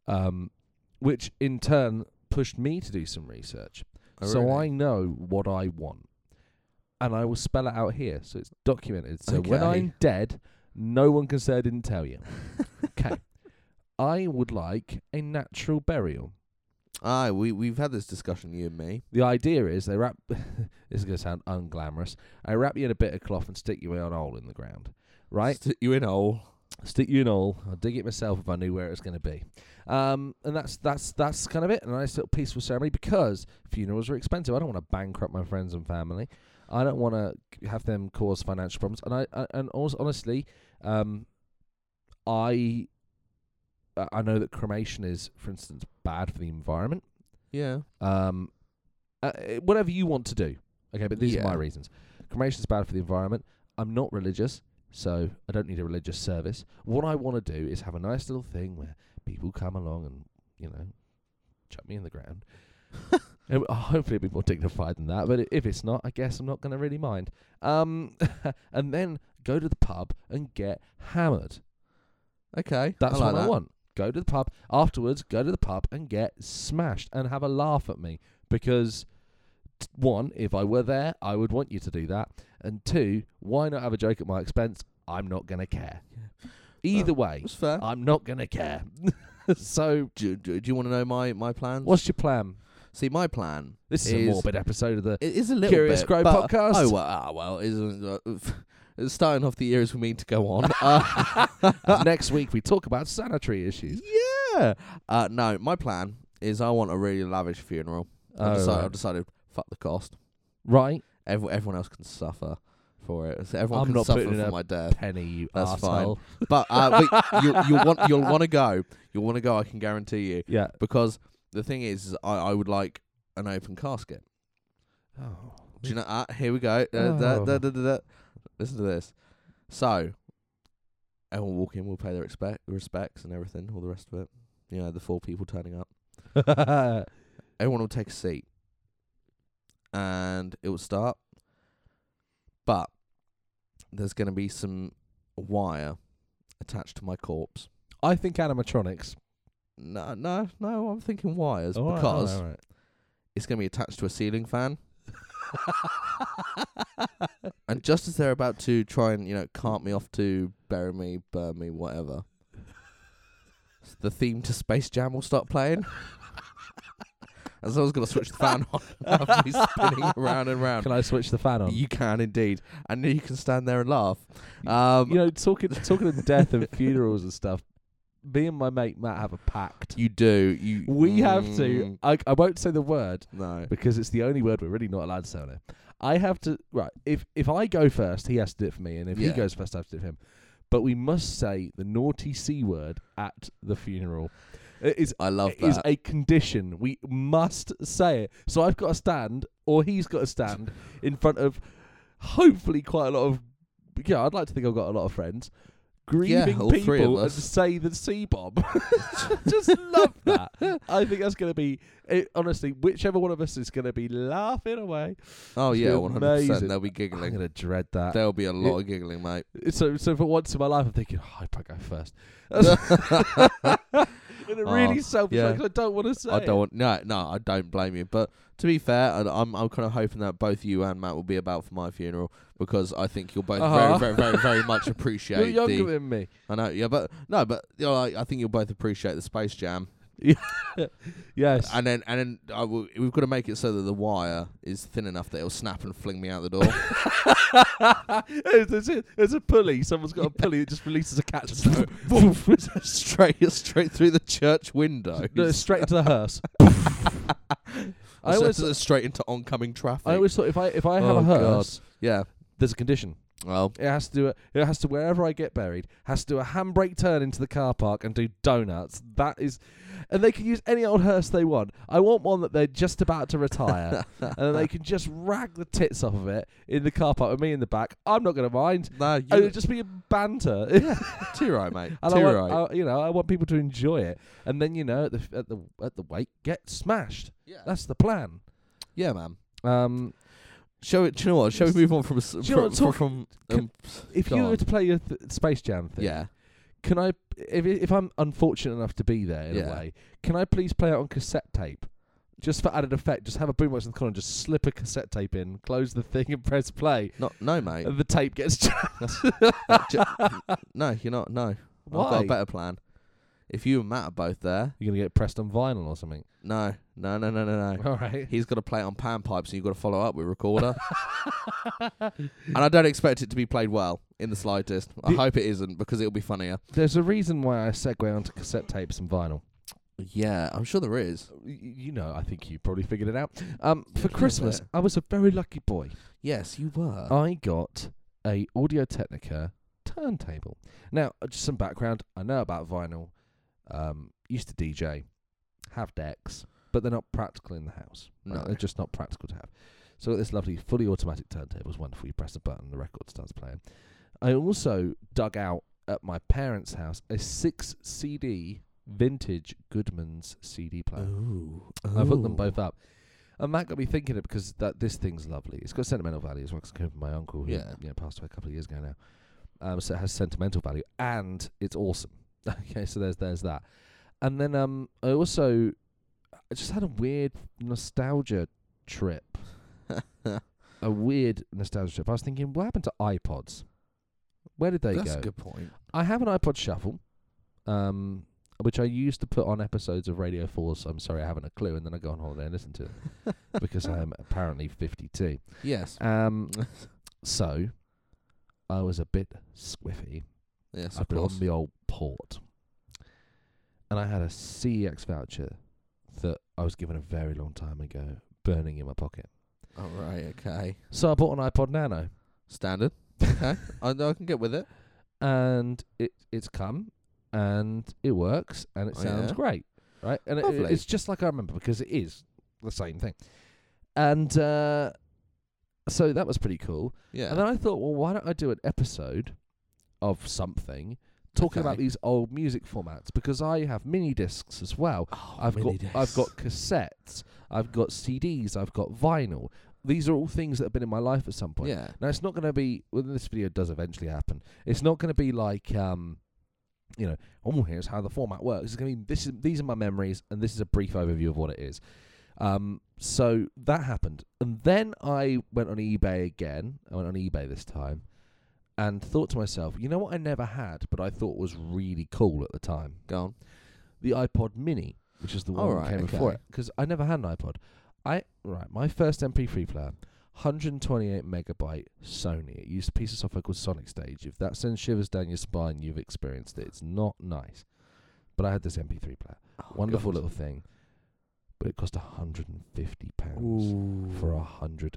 Speaker 2: Um, which in turn pushed me to do some research.
Speaker 1: Oh,
Speaker 2: so
Speaker 1: really?
Speaker 2: I know what I want. And I will spell it out here so it's documented. So when
Speaker 1: Okay.
Speaker 2: I'm dead, no one can say I didn't tell you. Okay. I would like a natural burial.
Speaker 1: Aye, we we've had this discussion, you and me.
Speaker 2: The idea is they wrap. this is going to sound unglamorous. I wrap you in a bit of cloth and stick you in a hole in the ground, right?
Speaker 1: Stick you in a hole.
Speaker 2: stick you in all. I'll dig it myself if I knew where it was going to be. Um, and that's that's that's kind of it. A nice little peaceful ceremony because funerals are expensive. I don't want to bankrupt my friends and family. I don't want to have them cause financial problems. And I, I and also, honestly, um, I I- I know that cremation is, for instance, bad for the environment.
Speaker 1: Yeah.
Speaker 2: Um, uh, eh, whatever you want to do. Okay, but these are
Speaker 1: Yeah.
Speaker 2: my reasons. Cremation is bad for the environment. I'm not religious, so I don't need a religious service. What I want to do is have a nice little thing where people come along and you know chuck me in the ground. It w- Hopefully, it'll be more dignified than that. But i- if it's not, I guess I'm not going to really mind. Um, and then go to the pub and get hammered.
Speaker 1: Okay.
Speaker 2: That's
Speaker 1: I like
Speaker 2: what I
Speaker 1: that.
Speaker 2: want. Go to the pub afterwards. Go to the pub and get smashed and have a laugh at me because t- one, if I were there, I would want you to do that, and two, why not have a joke at my expense? I'm not gonna care. Either way,
Speaker 1: That's fair.
Speaker 2: I'm not gonna care. so,
Speaker 1: do, do, do you want to know my my plans?
Speaker 2: what's your plan?
Speaker 1: See, my plan.
Speaker 2: This is, a
Speaker 1: Is-
Speaker 2: morbid episode of the.
Speaker 1: It is a little
Speaker 2: Curious
Speaker 1: bit,
Speaker 2: Crow
Speaker 1: but-
Speaker 2: podcast?
Speaker 1: Oh well, ah, well, it's, it's starting off the year as we mean to go on. Uh,
Speaker 2: next week we talk about sanitary issues.
Speaker 1: yeah. Uh, no, my plan is I want a really lavish funeral. I've,
Speaker 2: Oh,
Speaker 1: decided,
Speaker 2: right.
Speaker 1: I've decided, fuck the cost.
Speaker 2: Right,
Speaker 1: Every, everyone else can suffer for it. So everyone
Speaker 2: I'm
Speaker 1: can
Speaker 2: not
Speaker 1: suffer
Speaker 2: putting
Speaker 1: for
Speaker 2: up-
Speaker 1: my death.
Speaker 2: Penny, you
Speaker 1: That's
Speaker 2: arsehole.
Speaker 1: But uh, but you, you'll want you'll want to go. You'll want to go. I can guarantee you
Speaker 2: Yeah.
Speaker 1: because the thing is, is I, I would like an open casket.
Speaker 2: Oh.
Speaker 1: Do you know? Uh, here we go. Uh, da, da,
Speaker 2: Oh.
Speaker 1: da, da, da. Listen to this. So, everyone walk in. We'll pay their expect respects and everything. All the rest of it. You know, the four people turning up. Everyone will take a seat, and it will start. But there's going to be some wire attached to my corpse.
Speaker 2: I think animatronics.
Speaker 1: No, no, no. I'm thinking wires
Speaker 2: All right, all
Speaker 1: because
Speaker 2: right, all right.
Speaker 1: it's going to be attached to a ceiling fan. and just as they're about to try and you know cart me off to bury me, burn me, whatever, s- the theme to Space Jam will start playing. As I was going to switch the fan on, and have me spinning around and round.
Speaker 2: Can I um, switch the fan on?
Speaker 1: Um, You can indeed, and you can stand there and laugh.
Speaker 2: You-
Speaker 1: Um,
Speaker 2: you know, talking talking of death and funerals and stuff. Me and my mate Matt have a pact.
Speaker 1: you do. You
Speaker 2: We have
Speaker 1: Mm,
Speaker 2: to. I, I won't say the word
Speaker 1: No.
Speaker 2: because it's the only word we're really not allowed to say on it. I have to. Right. If if I go first, he has to do it for me, and if he
Speaker 1: Yeah.
Speaker 2: goes first, I have to do it for him. But we must say the naughty c word at the funeral. It is
Speaker 1: I love
Speaker 2: it
Speaker 1: that.
Speaker 2: is a condition. We must say it. So I've got to stand, or he's got to stand, in front of hopefully quite a lot of. Yeah, I'd like to think I've got a lot of friends. Grieving
Speaker 1: all three of
Speaker 2: people and
Speaker 1: us.
Speaker 2: say the C bomb. Just love that. I think that's going to be, it, honestly, whichever one of us is going to be laughing away.
Speaker 1: Oh
Speaker 2: It's
Speaker 1: yeah,
Speaker 2: been
Speaker 1: one hundred
Speaker 2: amazing.
Speaker 1: percent. They'll be
Speaker 2: I'm
Speaker 1: giggling.
Speaker 2: going to dread that.
Speaker 1: There'll be a lot of giggling, mate.
Speaker 2: So, so for once in my life, I'm thinking, oh, I hope I go first. That's- in a
Speaker 1: Oh,
Speaker 2: really selfish way
Speaker 1: yeah.
Speaker 2: 'cause I don't want to say
Speaker 1: I
Speaker 2: it.
Speaker 1: don't want no, no. I don't blame you, but to be fair, I, I'm I'm kind of hoping that both you and Matt will be about for my funeral because I think you'll both
Speaker 2: Uh-huh.
Speaker 1: very, very, very, very much
Speaker 2: You're
Speaker 1: appreciate.
Speaker 2: younger
Speaker 1: the,
Speaker 2: than me.
Speaker 1: I know, yeah, but no, but you know, like, I think you'll both appreciate the Space Jam,
Speaker 2: Yes.
Speaker 1: and then and then I will, we've got to make it so that the wire is thin enough that it'll snap and fling me out the door.
Speaker 2: there's, there's a, there's a pulley. Someone's got a pulley that just releases a catch.
Speaker 1: straight, straight through the church window.
Speaker 2: no, it's straight into the hearse. I
Speaker 1: I
Speaker 2: always,
Speaker 1: straight into oncoming traffic.
Speaker 2: I always thought if I if I have
Speaker 1: Oh,
Speaker 2: a
Speaker 1: God.
Speaker 2: hearse,
Speaker 1: yeah.
Speaker 2: there's a condition.
Speaker 1: Well,
Speaker 2: It has to do a, it has to wherever I get buried has to do a handbrake turn into the car park and do donuts. That is, and they can use any old hearse they want. I want one that they're just about to retire, and they can just rag the tits off of it in the car park with me in the back. I'm not going to mind.
Speaker 1: no,
Speaker 2: And
Speaker 1: you
Speaker 2: It'll just be banter.
Speaker 1: too right, mate.
Speaker 2: And
Speaker 1: too
Speaker 2: I want,
Speaker 1: right.
Speaker 2: I- you know, I want people to enjoy it, and then you know, at the at the at the wake, get smashed.
Speaker 1: yeah.
Speaker 2: That's the plan.
Speaker 1: yeah, man.
Speaker 2: Um,
Speaker 1: Shall we, do you know what? Shall we
Speaker 2: Just-
Speaker 1: move on from s-
Speaker 2: you know
Speaker 1: from
Speaker 2: what,
Speaker 1: from,
Speaker 2: talk-
Speaker 1: from
Speaker 2: can-
Speaker 1: um,
Speaker 2: if
Speaker 1: Go
Speaker 2: you
Speaker 1: on.
Speaker 2: were to play your th- Space Jam thing,
Speaker 1: yeah?
Speaker 2: can I, if if I'm unfortunate enough to be there in
Speaker 1: Yeah.
Speaker 2: a way, can I please play it on cassette tape, just for added effect? Just have a boombox in the corner, and just slip a cassette tape in, close the thing, and press play,
Speaker 1: Not no, mate. Uh,
Speaker 2: and the tape gets.
Speaker 1: Ju- no, you're not. No, I've got
Speaker 2: Why?
Speaker 1: a better plan. If you and Matt are both there,
Speaker 2: You're gonna get pressed on vinyl or something.
Speaker 1: no, no, no, no, no, no.
Speaker 2: All right.
Speaker 1: He's got to play it on pan pipes, and you've got to follow up with recorder. and I don't expect it to be played well in the slightest. I
Speaker 2: The-
Speaker 1: hope it isn't because it'll be funnier.
Speaker 2: There's a reason why I segue onto cassette tapes and vinyl.
Speaker 1: Yeah, I'm sure there is.
Speaker 2: Y- You know, I think you probably figured it out. Um,
Speaker 1: Yeah,
Speaker 2: for
Speaker 1: a little
Speaker 2: Christmas,
Speaker 1: bit.
Speaker 2: I was a very lucky boy.
Speaker 1: Yes, you were.
Speaker 2: I got a Audio Technica turntable. Now, uh, just some background. I know about vinyl. Um, used to DJ, have decks, but they're not practical in the house. right?
Speaker 1: No.
Speaker 2: They're just not practical to have. So I got this lovely fully automatic turntable. It's wonderful. You press a button, the record starts playing. I also dug out at my parents' house a six CD vintage Goodman's CD player.
Speaker 1: Ooh.
Speaker 2: I have hooked them
Speaker 1: Ooh.
Speaker 2: both up. And that got me thinking it because that this thing's lovely. It's got sentimental value as well 'cause it came from my uncle who
Speaker 1: Yeah.
Speaker 2: you know, passed away a couple of years ago now. Um, so it has sentimental value and it's awesome. okay, so there's there's that. And then um, I also I just had a weird nostalgia trip. a weird nostalgia trip. I was thinking, what happened to iPods? Where did they
Speaker 1: That's
Speaker 2: go?
Speaker 1: a good point.
Speaker 2: I have an iPod Shuffle, um, which I used to put on episodes of Radio 4's I'm Sorry I Haven't a Clue, and then I go on holiday and listen to it because I am apparently 52.
Speaker 1: Yes.
Speaker 2: Um, so I was a bit squiffy.
Speaker 1: yes,
Speaker 2: I
Speaker 1: of
Speaker 2: put
Speaker 1: course.
Speaker 2: on the old port, and I had a CEX voucher that I was given a very long time ago, burning in my pocket.
Speaker 1: All right. Okay.
Speaker 2: So I bought an iPod Nano,
Speaker 1: Standard. Okay. I, I can get with it.
Speaker 2: and it it's come, and it works, and it
Speaker 1: Oh,
Speaker 2: sounds
Speaker 1: yeah?
Speaker 2: great, right? And it,
Speaker 1: Lovely.
Speaker 2: it's just like I remember because it is the same thing, and uh, so that was pretty cool.
Speaker 1: Yeah.
Speaker 2: And then I thought, well, why don't I do an episode of something talking about
Speaker 1: Okay.
Speaker 2: these old music formats because I have mini discs as well.
Speaker 1: Oh,
Speaker 2: I've got
Speaker 1: mini discs.
Speaker 2: I've got cassettes, I've got CDs, I've got vinyl. These are all things that have been in my life at some point.
Speaker 1: Yeah.
Speaker 2: Now it's not going to be. Well, this video does eventually happen. It's not going to be like, um, you know, oh, here's how the format works. It's going to be this is these are my memories, and this is a brief overview of what it is. Um, so that happened, and then I went on eBay again. I went on eBay this time, and thought to myself, you know what? I never had, but I thought was really cool at the time.
Speaker 1: Go on.
Speaker 2: The iPod Mini, which is the one that
Speaker 1: Alright,
Speaker 2: came before
Speaker 1: okay.
Speaker 2: it, because I never had an iPod. I right, my first MP3 player. 128 megabyte Sony. It used a piece of software called Sonic Stage. If that sends shivers down your spine, you've experienced it. It's not nice. But I had this MP3 player.
Speaker 1: Oh,
Speaker 2: Wonderful little thing. But it cost 150 pounds for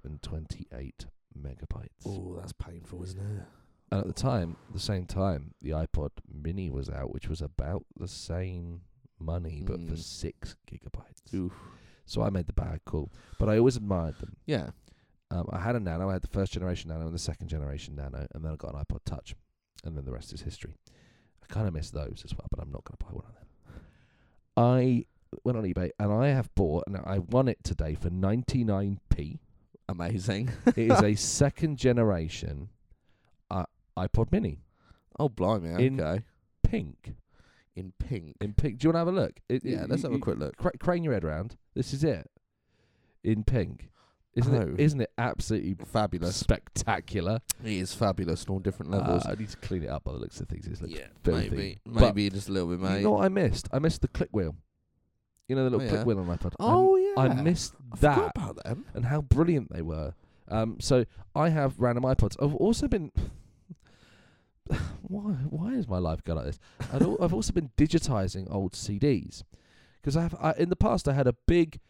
Speaker 2: 128 megabytes.
Speaker 1: Oh, that's painful, isn't it?
Speaker 2: And at the time, the same time, the iPod Mini was out, which was about the same money, but for
Speaker 1: Mm.
Speaker 2: six gigabytes.
Speaker 1: Oof.
Speaker 2: So I made the bag cool. But I always admired them.
Speaker 1: Yeah.
Speaker 2: Um, I had a Nano. I had the first generation Nano and the second generation Nano, and then I got an iPod Touch, and then the rest is history. I kind of miss those as well, but I'm not going to buy one of them. I went on eBay and I have bought, and I won it today for 99p.
Speaker 1: Amazing.
Speaker 2: it is a second generation uh, iPod Mini,
Speaker 1: Oh, blimey. Okay.
Speaker 2: In-
Speaker 1: In,
Speaker 2: pink.
Speaker 1: pink.
Speaker 2: In pink. Do you want to have a look? It- it-
Speaker 1: yeah, let's have a
Speaker 2: you-
Speaker 1: quick look.
Speaker 2: cra- crane your head round. This is it. In pink. Isn't
Speaker 1: Oh.
Speaker 2: it? Isn't it absolutely
Speaker 1: Fabulous.
Speaker 2: spectacular?
Speaker 1: He is fabulous on all different levels.
Speaker 2: Uh, I need to clean it up by the looks of things. It looks
Speaker 1: yeah,
Speaker 2: filthy.
Speaker 1: maybe.
Speaker 2: But
Speaker 1: Maybe just a little bit, mate.
Speaker 2: You know what I missed? I missed the click wheel. You know the little
Speaker 1: Oh, yeah.
Speaker 2: click wheel on iPod. I-
Speaker 1: oh, yeah.
Speaker 2: I missed
Speaker 1: I forgot
Speaker 2: that
Speaker 1: about them.
Speaker 2: and how brilliant they were. Um, so I have random iPods. I've also been. why? Why is my life going like this? I'd al- I've also been digitizing old CDs because I have. I, in the past, I had a big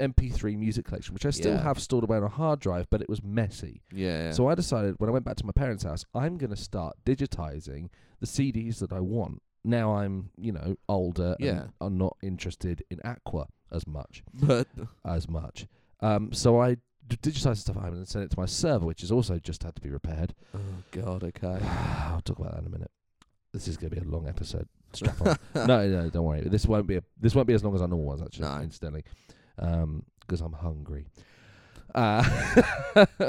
Speaker 2: MP3 music collection, which I still
Speaker 1: Yeah.
Speaker 2: have stored away on a hard drive, but it was messy.
Speaker 1: Yeah.
Speaker 2: So I decided when I went back to my parents' house, I'm going to start digitizing the CDs that I want. Now I'm, you know, older
Speaker 1: Yeah.
Speaker 2: and I'm not interested in Aqua as much
Speaker 1: but
Speaker 2: as much. Um, so I d- digitized the stuff at home and sent it to my server, which has also just had to be repaired.
Speaker 1: oh god, okay.
Speaker 2: I'll talk about that in a minute. This is going to be a long episode. Strap on. no, no, don't worry. This won't be a, this won't be as long as our normal ones actually.
Speaker 1: No.
Speaker 2: Incidentally, because I'm hungry, uh,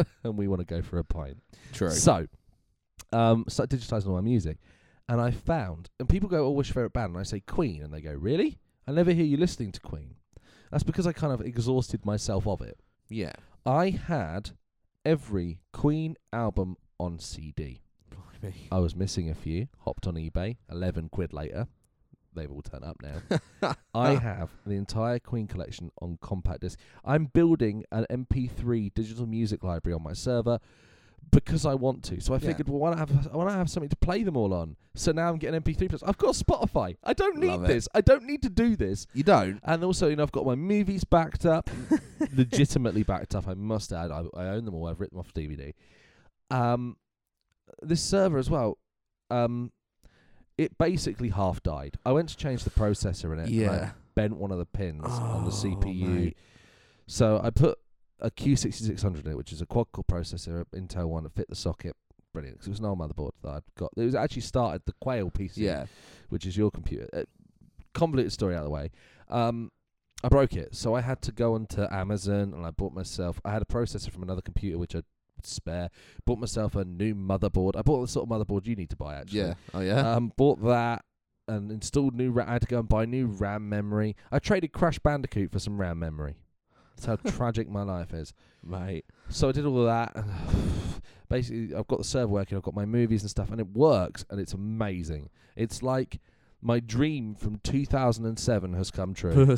Speaker 2: and we want to go for a pint.
Speaker 1: True.
Speaker 2: So, um, started digitizing all my music, and I found, and people go, "Oh, what's your favorite band?" And I say Queen, and they go, "Really? I never hear you listening to Queen." That's because I kind of exhausted myself of it.
Speaker 1: yeah.
Speaker 2: I had every Queen album on CD.
Speaker 1: Blimey.
Speaker 2: I was missing a few. Hopped on eBay. Eleven quid later, they've all turned up now. I have the entire Queen collection on compact disc. I'm building an MP3 digital music library on my server because I want to. So I
Speaker 1: Yeah.
Speaker 2: figured, well, why not have I want to have something to play them all on. So now I'm getting MP3 players. I've got Spotify. I don't need
Speaker 1: Love it.
Speaker 2: this. I don't need to do this.
Speaker 1: You don't.
Speaker 2: And also, you know, I've got my movies backed up, legitimately backed up. I must add, I, I own them all. I've written them off DVD. Um, this server as well. Um, it basically half died. I went to change the processor in it. and I
Speaker 1: Yeah.
Speaker 2: bent one of the pins on the
Speaker 1: Oh,
Speaker 2: CPU.
Speaker 1: mate.
Speaker 2: So I put a Q6600 in it, which is a quad core processor, Intel one that fit the socket. Brilliant. 'cause it was an old motherboard that I'd got. It was actually started the Quail PC,
Speaker 1: Yeah.
Speaker 2: which is your computer. Uh, convoluted story out of the way. Um, I broke it, so I had to go onto Amazon and I bought myself. I had a processor from another computer which I spare. Bought myself a new motherboard. I bought the sort of motherboard you need to buy actually
Speaker 1: Yeah. Oh yeah.
Speaker 2: um, bought that and installed new. Ra- I had to go and buy new RAM memory. I traded Crash Bandicoot for some RAM memory. That's how tragic my life is.
Speaker 1: Mate.
Speaker 2: So I did all that. Basically, I've got the server working. I've got my movies and stuff, and it works, and it's amazing. It's like my dream from 2007 has come true.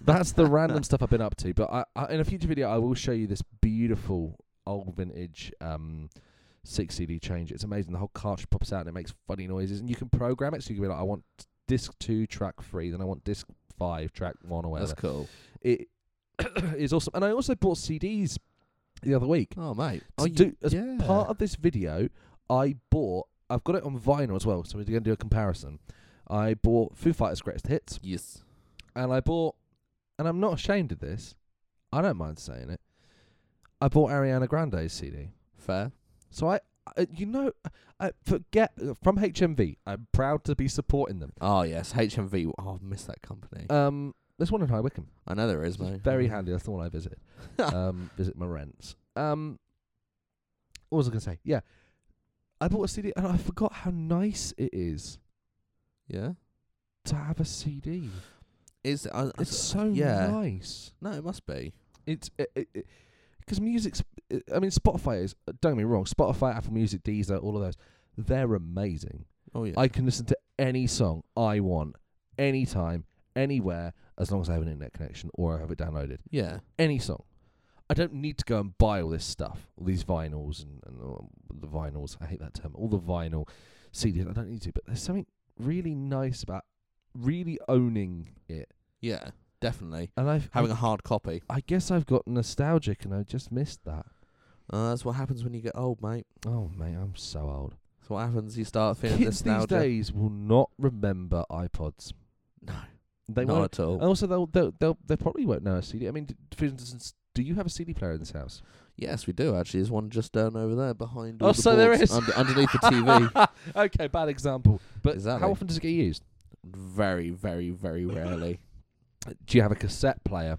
Speaker 2: That's the random stuff I've been up to. But I, I, in a future video, I will show you this beautiful old vintage um, six CD change. It's amazing. The whole cartridge pops out and it makes funny noises, and you can program it. So you can be like, I want disc two, track three, then I want disc five, track one, or
Speaker 1: That's
Speaker 2: whatever.
Speaker 1: cool.
Speaker 2: It is awesome. And I also bought CDs the other week.
Speaker 1: Oh mate.
Speaker 2: To
Speaker 1: Oh,
Speaker 2: do- as
Speaker 1: yeah.
Speaker 2: Part of this video, I bought. I've got it on vinyl as well, so we're going to do a comparison. I bought Foo Fighters' greatest hits
Speaker 1: yes.
Speaker 2: and I bought, and I'm not ashamed of this. I don't mind saying it. I bought Ariana Grande's CD.
Speaker 1: Fair.
Speaker 2: So I, I you know, I forget from HMV. I'm proud to be supporting them.
Speaker 1: Oh yes. HMV. Oh, I've missed that company.
Speaker 2: Um, there's one in High Wycombe.
Speaker 1: I know there is,
Speaker 2: It's
Speaker 1: mate.
Speaker 2: very handy. That's the one I visited. um, visit my rents. Um, what was I gonna say? Yeah, I bought a CD, and I forgot how nice it is
Speaker 1: Yeah.
Speaker 2: to have a CD.
Speaker 1: Is I, I
Speaker 2: It's
Speaker 1: s-
Speaker 2: so
Speaker 1: yeah.
Speaker 2: nice.
Speaker 1: No, it must be.
Speaker 2: it's because it, it, 'cause music's. It, I mean, Spotify is. uh, Don't get me wrong. Spotify, Apple Music, Deezer, all of those. They're amazing.
Speaker 1: Oh yeah.
Speaker 2: I can listen to any song I want, anytime, anywhere, as long as I have an internet connection or I have it downloaded.
Speaker 1: yeah.
Speaker 2: Any song. I don't need to go and buy all this stuff, all these vinyls and, and all the vinyls. I hate that term. All the vinyl CDs. I don't need to. But there's something really nice about really owning it.
Speaker 1: Yeah. Definitely.
Speaker 2: And I've
Speaker 1: Having a hard copy.
Speaker 2: I guess I've got nostalgic and I just missed that.
Speaker 1: Uh, that's what happens when you get old, mate.
Speaker 2: Oh mate, I'm so old.
Speaker 1: That's what happens. You start feeling
Speaker 2: Kids these
Speaker 1: nostalgia.
Speaker 2: days will not remember iPods.
Speaker 1: No,
Speaker 2: They
Speaker 1: not
Speaker 2: won't. Uh,
Speaker 1: at all.
Speaker 2: And also, they'll, they'll they'll they probably won't know a CD. I mean, d- for instance, do you have a CD player in this house?
Speaker 1: Yes, we do actually. There's one just down over there behind.
Speaker 2: Oh,
Speaker 1: all
Speaker 2: so
Speaker 1: the
Speaker 2: there
Speaker 1: boards,
Speaker 2: is.
Speaker 1: under, underneath the TV.
Speaker 2: okay, bad example. But
Speaker 1: Exactly.
Speaker 2: how often does it get used?
Speaker 1: Very, very, very rarely.
Speaker 2: Do you have a cassette player?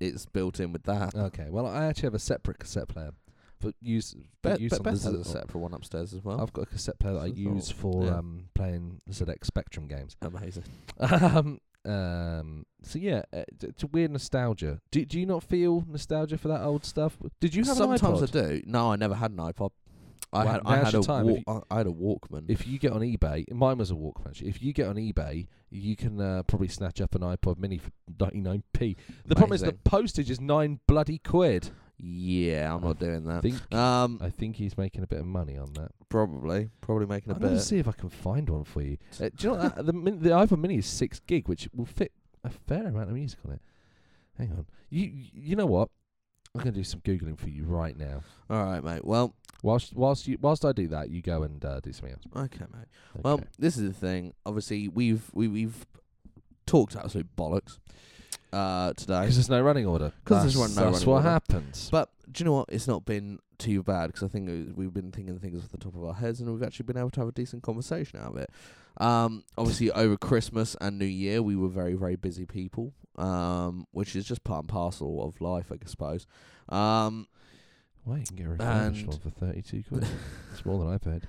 Speaker 1: It's built in with that.
Speaker 2: Okay. Well, I actually have a separate cassette player, but use
Speaker 1: But
Speaker 2: but use on the
Speaker 1: Beth has
Speaker 2: Z-
Speaker 1: a separate one upstairs as well.
Speaker 2: I've got a cassette player that I
Speaker 1: This is
Speaker 2: use
Speaker 1: all-
Speaker 2: for
Speaker 1: yeah.
Speaker 2: um, playing ZX Spectrum games.
Speaker 1: Amazing.
Speaker 2: Um, um, so yeah, uh, it's- it's a weird nostalgia. Do do you not feel nostalgia for that old stuff? Did you have
Speaker 1: Sometimes
Speaker 2: an
Speaker 1: I do.
Speaker 2: iPod?
Speaker 1: No, I never had an iPod. I
Speaker 2: Wow,
Speaker 1: had I
Speaker 2: now's
Speaker 1: had a
Speaker 2: your time. If
Speaker 1: walk, I I had a Walkman.
Speaker 2: If you get on eBay, mine was a Walkman. Actually. If you get on eBay, you can uh, probably snatch up an iPod Mini for ninety nine p. The problem is the
Speaker 1: Amazing.
Speaker 2: postage is nine bloody quid.
Speaker 1: yeah, I'm not doing
Speaker 2: I
Speaker 1: that.
Speaker 2: think
Speaker 1: Um,
Speaker 2: I think he's making a bit of money on that.
Speaker 1: probably probably making a
Speaker 2: I'm gonna
Speaker 1: bit.
Speaker 2: see if I can find one for you. Uh, do you know what, uh, the min- the iPod Mini is six gig, which will fit a fair amount of music on it. Hang on. You you know what? I'm gonna do some googling for you right now.
Speaker 1: All right, mate. Well,
Speaker 2: Whilst whilst you whilst I do that, you go and uh, do something else.
Speaker 1: okay, mate. Well,
Speaker 2: Okay.
Speaker 1: this is the thing. Obviously, we've we, we've talked absolute bollocks uh, today.
Speaker 2: 'Cause there's no running order.
Speaker 1: 'Cause there's
Speaker 2: That's-
Speaker 1: no running
Speaker 2: That's what
Speaker 1: order.
Speaker 2: happens.
Speaker 1: But do you know what? It's not been too bad because I think it- we've been thinking things off the top of our heads, and we've actually been able to have a decent conversation out of it. Um, obviously, over Christmas and New Year, we were very very busy people, um, which is just part and parcel of life, I suppose. Um,
Speaker 2: Wait, you can get a
Speaker 1: And-
Speaker 2: refurbished one for thirty-two quid. It's more than I paid.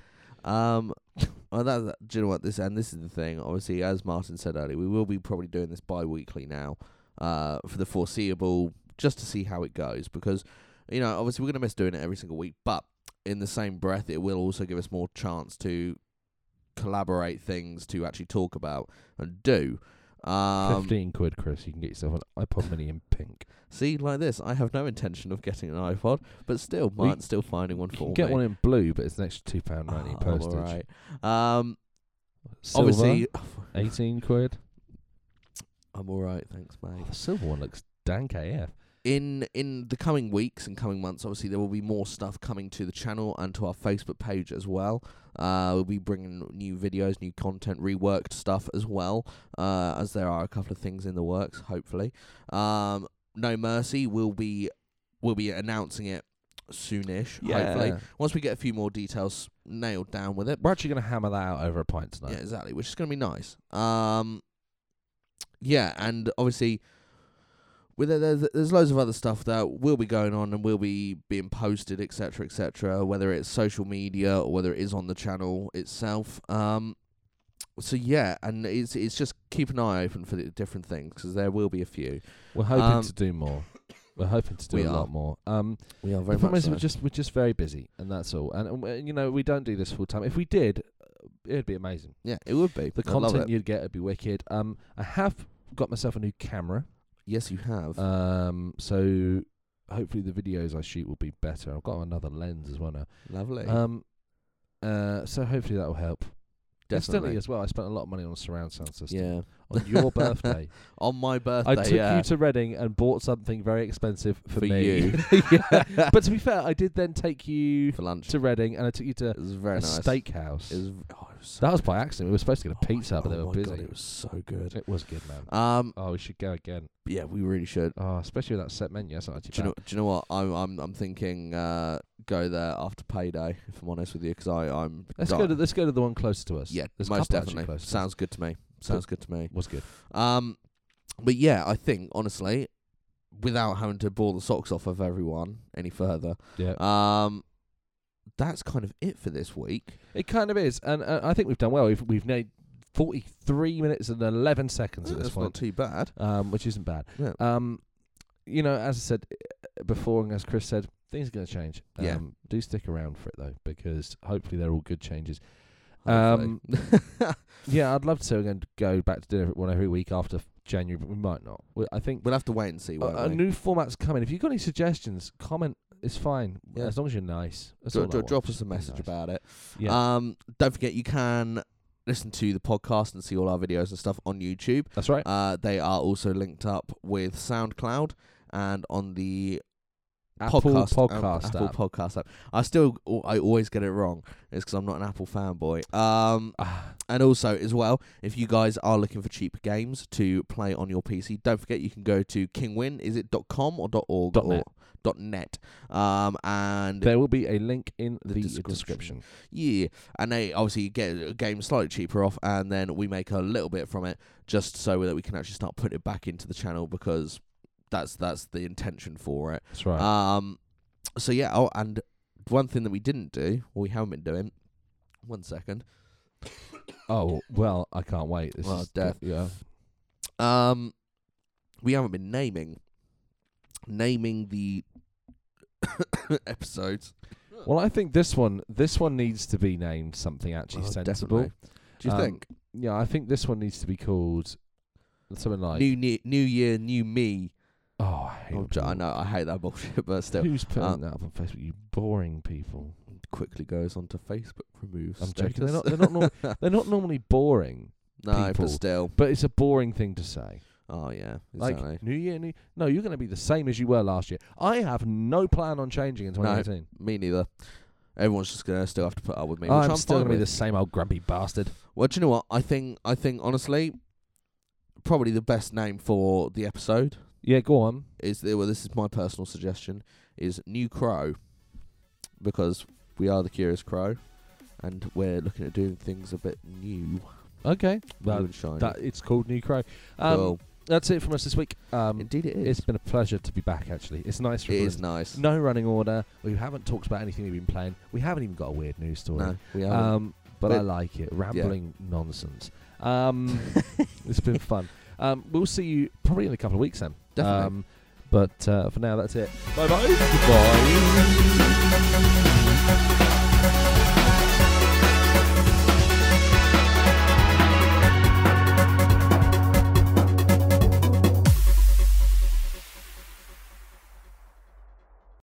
Speaker 1: Um, well, that, that- do you know what this and this is the thing. Obviously, as Martin said earlier, we will be probably doing this bi-weekly now, uh, for the foreseeable, just to see how it goes. Because, you know, obviously we're gonna miss doing it every single week, but in the same breath, it will also give us more chance to collaborate things to actually talk about and do. Um,
Speaker 2: Fifteen quid, Chris. You can get yourself an iPod Mini in pink.
Speaker 1: see, like this, I have no intention of getting an iPod, but still,
Speaker 2: Well, you-
Speaker 1: Martin's still finding one
Speaker 2: You
Speaker 1: for
Speaker 2: can
Speaker 1: me.
Speaker 2: get one in blue, but it's an extra two pound ninety
Speaker 1: Oh,
Speaker 2: postage.
Speaker 1: alright. Um,
Speaker 2: Silver,
Speaker 1: obviously,
Speaker 2: eighteen quid.
Speaker 1: I'm all right, thanks, mate.
Speaker 2: Oh, the silver one looks dank AF.
Speaker 1: in in the coming weeks and coming months, obviously there will be more stuff coming to the channel and to our Facebook page as well. Uh, we'll be bringing new videos, new content, reworked stuff as well, uh, as there are a couple of things in the works. Hopefully, um, No Mercy will be will be announcing it soonish. Hopefully, once we get a few more details nailed down with it.
Speaker 2: We're actually going to hammer that out over a pint tonight.
Speaker 1: Yeah, exactly, which is going to be nice. Um, yeah, and obviously, with there- there's, there's loads of other stuff that will be going on and will be being posted, etc., etc. Whether it's social media or whether it is on the channel itself. Um, so yeah, and it's it's just keep an eye open for the different things because there will be a few.
Speaker 2: We're hoping
Speaker 1: Um,
Speaker 2: to do more. We're hoping to do
Speaker 1: we
Speaker 2: a
Speaker 1: are.
Speaker 2: lot more. Um,
Speaker 1: We are
Speaker 2: the
Speaker 1: very
Speaker 2: problem
Speaker 1: much
Speaker 2: is
Speaker 1: so.
Speaker 2: we're just we're just very busy, and that's all. And, uh, you know we don't do this full time. If we did, uh, it'd be amazing.
Speaker 1: yeah, it would be
Speaker 2: The
Speaker 1: I'd love
Speaker 2: content
Speaker 1: it.
Speaker 2: you'd get would be wicked. Um, I have got myself a new camera.
Speaker 1: Yes, you have.
Speaker 2: Um, so hopefully the videos I shoot will be better. I've got another lens as well now.
Speaker 1: Lovely.
Speaker 2: Um, uh, so hopefully that will help. And
Speaker 1: Definitely.
Speaker 2: Stanley as well. I spent a lot of money on a surround sound system
Speaker 1: yeah.
Speaker 2: on your birthday.
Speaker 1: On my birthday,
Speaker 2: I took
Speaker 1: yeah.
Speaker 2: you to Reading and bought something very expensive for,
Speaker 1: uh, For
Speaker 2: me.
Speaker 1: you.
Speaker 2: Yeah. But to be fair, I did then take you
Speaker 1: for lunch.
Speaker 2: to Reading and I took you to
Speaker 1: It was
Speaker 2: a
Speaker 1: very nice.
Speaker 2: steakhouse.
Speaker 1: It was, oh, it was so
Speaker 2: that was by accident. We were supposed to get a
Speaker 1: Oh my-
Speaker 2: pizza, but they
Speaker 1: oh
Speaker 2: were
Speaker 1: my
Speaker 2: busy.
Speaker 1: God, it was so good.
Speaker 2: It was good, man.
Speaker 1: Um,
Speaker 2: Oh, we should go again.
Speaker 1: yeah, we really should.
Speaker 2: Oh, especially with that set menu. That's not actually
Speaker 1: Do you
Speaker 2: bad.
Speaker 1: know? Do you know what? I'm I'm I'm thinking uh, go there after payday. If I'm honest with you, 'cause I I'm
Speaker 2: Let's
Speaker 1: di-
Speaker 2: go to let's go to the one closer to us.
Speaker 1: yeah,
Speaker 2: there's a
Speaker 1: most
Speaker 2: couple actually
Speaker 1: definitely.
Speaker 2: close to us.
Speaker 1: Sounds good to me. Sounds good to me.
Speaker 2: was good.
Speaker 1: Um, but yeah, I think honestly, without having to bore the socks off of everyone any further,
Speaker 2: Yeah,
Speaker 1: um, that's kind of it for this week.
Speaker 2: it kind of is, and uh, I think we've done well. We've we've made forty three minutes and eleven seconds at
Speaker 1: Mm,
Speaker 2: this
Speaker 1: That's not
Speaker 2: point,
Speaker 1: too bad.
Speaker 2: um, which isn't bad.
Speaker 1: Yeah.
Speaker 2: Um, you know, as I said uh, before, and as Chris said, things are going to change.
Speaker 1: Yeah.
Speaker 2: Um, do stick around for it though, because hopefully they're all good changes. Um,
Speaker 1: hopefully.
Speaker 2: Yeah, I'd love to say we're going to go back to dinner one every week after January, but we might not. We, I think
Speaker 1: we'll have to wait and see.
Speaker 2: a,
Speaker 1: won't
Speaker 2: a
Speaker 1: we?
Speaker 2: new format's coming. If you've got any suggestions, comment. It's fine
Speaker 1: Yeah.
Speaker 2: as long as you're nice. That's
Speaker 1: Dro-
Speaker 2: all I
Speaker 1: dro-
Speaker 2: want,
Speaker 1: drop
Speaker 2: just
Speaker 1: us a
Speaker 2: be
Speaker 1: message
Speaker 2: nice.
Speaker 1: about it.
Speaker 2: Yeah.
Speaker 1: Um, don't forget you can listen to the podcast and see all our videos and stuff on YouTube.
Speaker 2: That's right.
Speaker 1: Uh, they are also linked up with SoundCloud and on the
Speaker 2: Apple
Speaker 1: podcast, um,
Speaker 2: podcast
Speaker 1: Apple
Speaker 2: app.
Speaker 1: podcast app. I still I always get it wrong. It's because I'm not an Apple fanboy. Um,
Speaker 2: Ah,
Speaker 1: and also as well, if you guys are looking for cheap games to play on your PC, don't forget you can go to Kingwin. Is it .com or .org
Speaker 2: Dot
Speaker 1: or
Speaker 2: net.
Speaker 1: dot .net? Um, and
Speaker 2: there will be a link in the,
Speaker 1: The
Speaker 2: description.
Speaker 1: description. Yeah, and they obviously get a game slightly cheaper off, and then we make a little bit from it just so that we can actually start putting it back into the channel because that's that's the intention for it.
Speaker 2: That's right.
Speaker 1: Um, so yeah, oh, and one thing that we didn't do, or we haven't been doing, one second.
Speaker 2: oh well, I can't wait. This
Speaker 1: Well,
Speaker 2: is
Speaker 1: death.
Speaker 2: Yeah.
Speaker 1: Um, we haven't been naming naming the episodes.
Speaker 2: Well, I think this one, this one needs to be named something actually
Speaker 1: Oh,
Speaker 2: sensible.
Speaker 1: definitely. Do you
Speaker 2: Um,
Speaker 1: think
Speaker 2: Yeah, I think this one needs to be called something like.
Speaker 1: new, new new year, new me?
Speaker 2: oh, I, hate
Speaker 1: I'm
Speaker 2: when
Speaker 1: j- I
Speaker 2: people-
Speaker 1: know I hate that bullshit, but still.
Speaker 2: Who's putting
Speaker 1: um,
Speaker 2: that up on Facebook? You boring people.
Speaker 1: quickly goes onto Facebook removes.
Speaker 2: I'm joking. They're not. They're not. Norm- they're not normally boring,
Speaker 1: no,
Speaker 2: people.
Speaker 1: but still,
Speaker 2: but it's a boring thing to say.
Speaker 1: Oh yeah,
Speaker 2: Like
Speaker 1: exactly.
Speaker 2: New Year, New No, you're going to be the same as you were last year. I have no plan on changing in
Speaker 1: No,
Speaker 2: 2018.
Speaker 1: me neither. Everyone's just gonna still have to put up with me. which
Speaker 2: I'm,
Speaker 1: I'm
Speaker 2: still
Speaker 1: fine
Speaker 2: going to be
Speaker 1: with.
Speaker 2: the same old grumpy bastard.
Speaker 1: Well, do you know what? I think I think honestly, probably the best name for the episode
Speaker 2: Yeah, go on.
Speaker 1: is well. This is my personal suggestion: is New Crow, because we are the Curious Crow, and we're looking at doing things a bit new,
Speaker 2: Okay,
Speaker 1: new
Speaker 2: well,
Speaker 1: and shiny.
Speaker 2: that it's called New Crow. Um,
Speaker 1: Cool.
Speaker 2: That's it from us this week. Um,
Speaker 1: Indeed, it is.
Speaker 2: it's been a pleasure to be back. Actually, it's nice.
Speaker 1: It
Speaker 2: for
Speaker 1: is
Speaker 2: us.
Speaker 1: nice.
Speaker 2: No running order. We haven't talked about anything we've been playing. We haven't even got a weird news story.
Speaker 1: No, we haven't.
Speaker 2: Um, but I
Speaker 1: But-
Speaker 2: like it. Rambling nonsense. Um, it's been fun. Um, we'll see you probably in a couple of weeks then.
Speaker 1: Definitely.
Speaker 2: Um, but uh, for now, that's it. Bye bye. Bye.